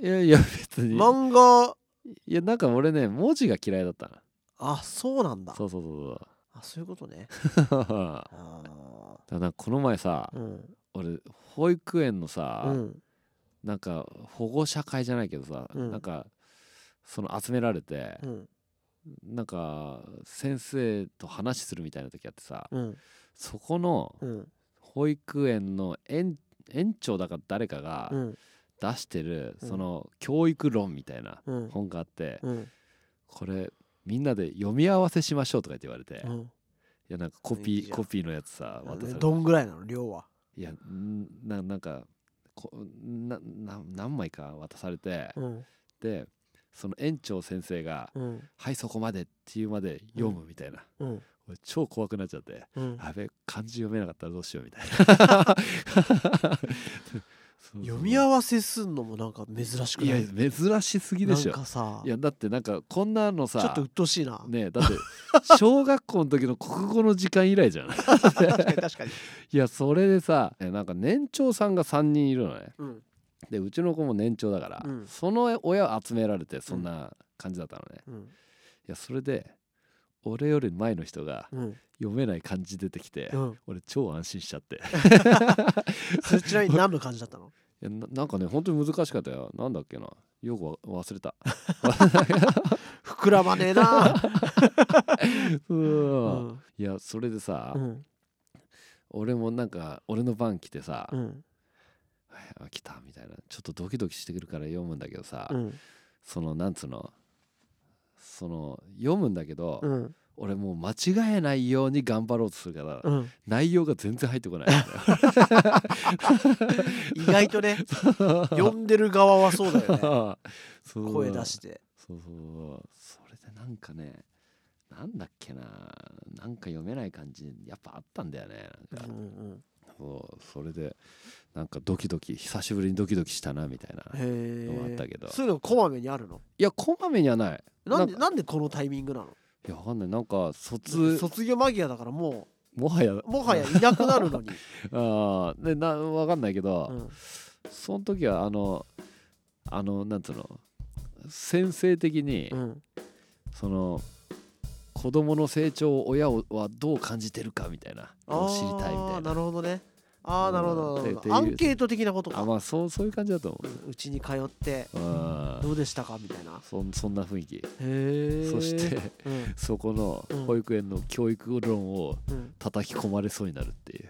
Speaker 2: いやいや別に、
Speaker 1: 漫画
Speaker 2: いやなんか俺ね文字が嫌いだったな
Speaker 1: あそうなんだ
Speaker 2: そうそうそう
Speaker 1: あそういうことね [LAUGHS]
Speaker 2: そうだか
Speaker 1: あー
Speaker 2: らなんかこの前さ、
Speaker 1: うん
Speaker 2: 俺保育園のさ、
Speaker 1: うん
Speaker 2: なんか保護者会じゃないけどさ、
Speaker 1: うん
Speaker 2: なんかその集められて
Speaker 1: う、ん
Speaker 2: なんか先生と話するみたいな時あってさ、
Speaker 1: うん
Speaker 2: そこの
Speaker 1: うん
Speaker 2: 保育園の園園長だか誰かが
Speaker 1: うん
Speaker 2: 出してる
Speaker 1: うん
Speaker 2: その教育論みたいな
Speaker 1: うん
Speaker 2: 本があって、
Speaker 1: うん
Speaker 2: これみんなで読み合わせしましょうとか言って言われて、
Speaker 1: う
Speaker 2: い
Speaker 1: ん
Speaker 2: やなんかコ
Speaker 1: いい
Speaker 2: ピ
Speaker 1: じ
Speaker 2: ー
Speaker 1: ゃん
Speaker 2: コピーのやつさ渡されて
Speaker 1: どんぐらいなの量はい
Speaker 2: やんななんかこなな何枚か渡されて、
Speaker 1: うん
Speaker 2: でその園長先生が
Speaker 1: うん
Speaker 2: 「はいそこまで」っていうまで読むみたいな、
Speaker 1: うん
Speaker 2: 俺超怖くなっちゃって
Speaker 1: うん
Speaker 2: 「やべえ漢字読めなかったらどうしよう」みたいな
Speaker 1: [LAUGHS]
Speaker 2: そう
Speaker 1: 読み合わせすんのもなんか珍しく
Speaker 2: い
Speaker 1: な
Speaker 2: や
Speaker 1: い
Speaker 2: 珍しすぎでしょ
Speaker 1: なんかさ
Speaker 2: いやだってなんかこんなの
Speaker 1: ちょっ
Speaker 2: さ
Speaker 1: と鬱陶し
Speaker 2: [LAUGHS]
Speaker 1: いな、
Speaker 2: ねえだって小学校の時の国語の時間以来じゃない
Speaker 1: 確かに確かに、
Speaker 2: いやそれでさえなんか年長さんが3人いるのね
Speaker 1: [LAUGHS] うん、
Speaker 2: でうちの子も年長だから、
Speaker 1: うん
Speaker 2: その親を集められてそんな感じだったのね、
Speaker 1: うん
Speaker 2: いやそれで俺より前の人が
Speaker 1: うん
Speaker 2: 読めない漢字出てきて、
Speaker 1: うん
Speaker 2: 俺超安心しちゃって [LAUGHS] い
Speaker 1: それちなみに何の感じだったの
Speaker 2: やななんかね本当に難しかったよなんだっけなよくわ忘
Speaker 1: [LAUGHS]
Speaker 2: れた
Speaker 1: 膨らまねえ
Speaker 2: [LAUGHS]
Speaker 1: な、
Speaker 2: う
Speaker 1: う
Speaker 2: わ
Speaker 1: ん
Speaker 2: いやそれでさ、
Speaker 1: うん
Speaker 2: 俺もなんか俺の番来てさ「
Speaker 1: うん
Speaker 2: はいあ来た」みたいなちょっとドキドキしてくるから読むんだけどさ、
Speaker 1: うん
Speaker 2: そのなんつうのその読むんだけど、
Speaker 1: うん
Speaker 2: 俺もう間違えないように頑張ろうとするから、
Speaker 1: うん
Speaker 2: 内容が全然入ってこない
Speaker 1: 意外
Speaker 2: [LAUGHS]
Speaker 1: とね読んでる側はそうだよね
Speaker 2: そう
Speaker 1: 声出して
Speaker 2: そうそうそうそれでなんかねなんだっけななんか読めない感じやっぱあったんだよねなんか、
Speaker 1: ん
Speaker 2: そうそれでなんかドキドキ久しぶりにドキドキしたなみたいな
Speaker 1: へえ
Speaker 2: のもあったけど
Speaker 1: そういうのこまめにあるの
Speaker 2: いやこまめにはない
Speaker 1: なんで
Speaker 2: な
Speaker 1: なんでこのタイミングなの
Speaker 2: いやわかんないなんか卒
Speaker 1: 卒業間際だからも
Speaker 2: もはや
Speaker 1: うもはやいなくなるのに、
Speaker 2: [LAUGHS] あーでなわかんないけど、
Speaker 1: うん
Speaker 2: その時はあのあのなんつうの先生的に、
Speaker 1: うん
Speaker 2: その子供の成長を親はどう感じてるかみたいな
Speaker 1: あ
Speaker 2: を
Speaker 1: ー
Speaker 2: 知りたいみたいな
Speaker 1: なるほどねああなるほど
Speaker 2: うん
Speaker 1: なるほ
Speaker 2: て
Speaker 1: どア
Speaker 2: ていう
Speaker 1: ンケート的なことか
Speaker 2: あまあそうそういう感じだと思
Speaker 1: うんうちに通って
Speaker 2: う、うん
Speaker 1: どうでしたかみたいな
Speaker 2: そんそんな雰囲気、
Speaker 1: へえ
Speaker 2: そして
Speaker 1: うん
Speaker 2: そこの
Speaker 1: うん
Speaker 2: 保育園の教育論を
Speaker 1: うん
Speaker 2: 叩き込まれそうになるっていう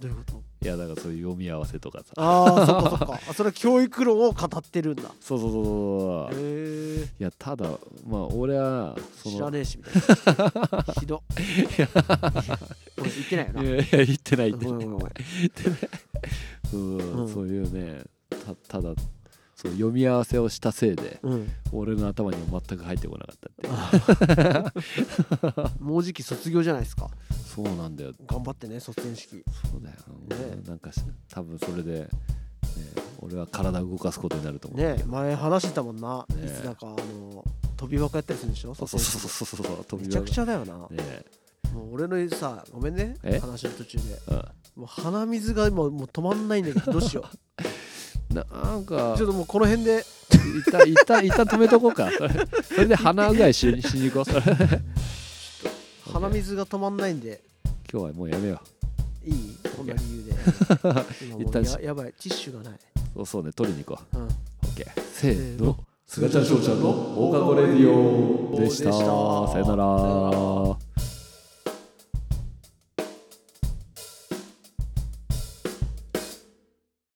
Speaker 1: どういう
Speaker 2: [LAUGHS]
Speaker 1: こと
Speaker 2: いやだからそういう読み合わせとかさ
Speaker 1: ああそっかそっかあそれは教育論を語ってるんだ
Speaker 2: そうそうそうそうそう
Speaker 1: へえ
Speaker 2: いやただまあ俺はその
Speaker 1: 知らねえしみたいな
Speaker 2: [LAUGHS]
Speaker 1: ひど俺言ってないよない
Speaker 2: やいや言ってない言って
Speaker 1: ご
Speaker 2: な
Speaker 1: めん
Speaker 2: い
Speaker 1: ごめんごめん
Speaker 2: うん
Speaker 1: うん
Speaker 2: そういうねたただそう読み合わせをしたせいで
Speaker 1: うん
Speaker 2: 俺の頭には全く入ってこなかったっていう
Speaker 1: もうじき卒業じゃないですか
Speaker 2: そうなんだよ
Speaker 1: 頑張ってね卒園式
Speaker 2: そうだよ、
Speaker 1: ね
Speaker 2: なんかし多分それで、ね、俺は体を動かすことになると思う
Speaker 1: ね前話してたもんな、
Speaker 2: ね
Speaker 1: いつだかあの飛び箱やったりするんでしょ
Speaker 2: そうそうそうそうそうそう飛
Speaker 1: め
Speaker 2: び
Speaker 1: ちゃくち
Speaker 2: ゃ
Speaker 1: ゃだよな、
Speaker 2: ね
Speaker 1: もう俺のさごめんね
Speaker 2: え
Speaker 1: 話の途中で
Speaker 2: うん
Speaker 1: もう鼻水が今もう止まんないんだ
Speaker 2: [LAUGHS]
Speaker 1: けどどうしよう
Speaker 2: なんか
Speaker 1: ちょっともうこの辺で
Speaker 2: 一旦一旦一旦止めとこうか [LAUGHS] それそれで鼻うがいしにしに行こうそれ今
Speaker 1: 鼻水が止まんないんで
Speaker 2: 日はもうやめよ
Speaker 1: いいこんな理
Speaker 2: [LAUGHS]
Speaker 1: 由で今も
Speaker 2: 一旦
Speaker 1: う
Speaker 2: し
Speaker 1: ややばいティッシュがない、
Speaker 2: うそうそうね取りに行こう
Speaker 1: うん、
Speaker 2: オッケーせー
Speaker 1: せーの
Speaker 2: のすがちゃんしょうちゃんの放課後レディオでした
Speaker 1: でした
Speaker 2: さよなら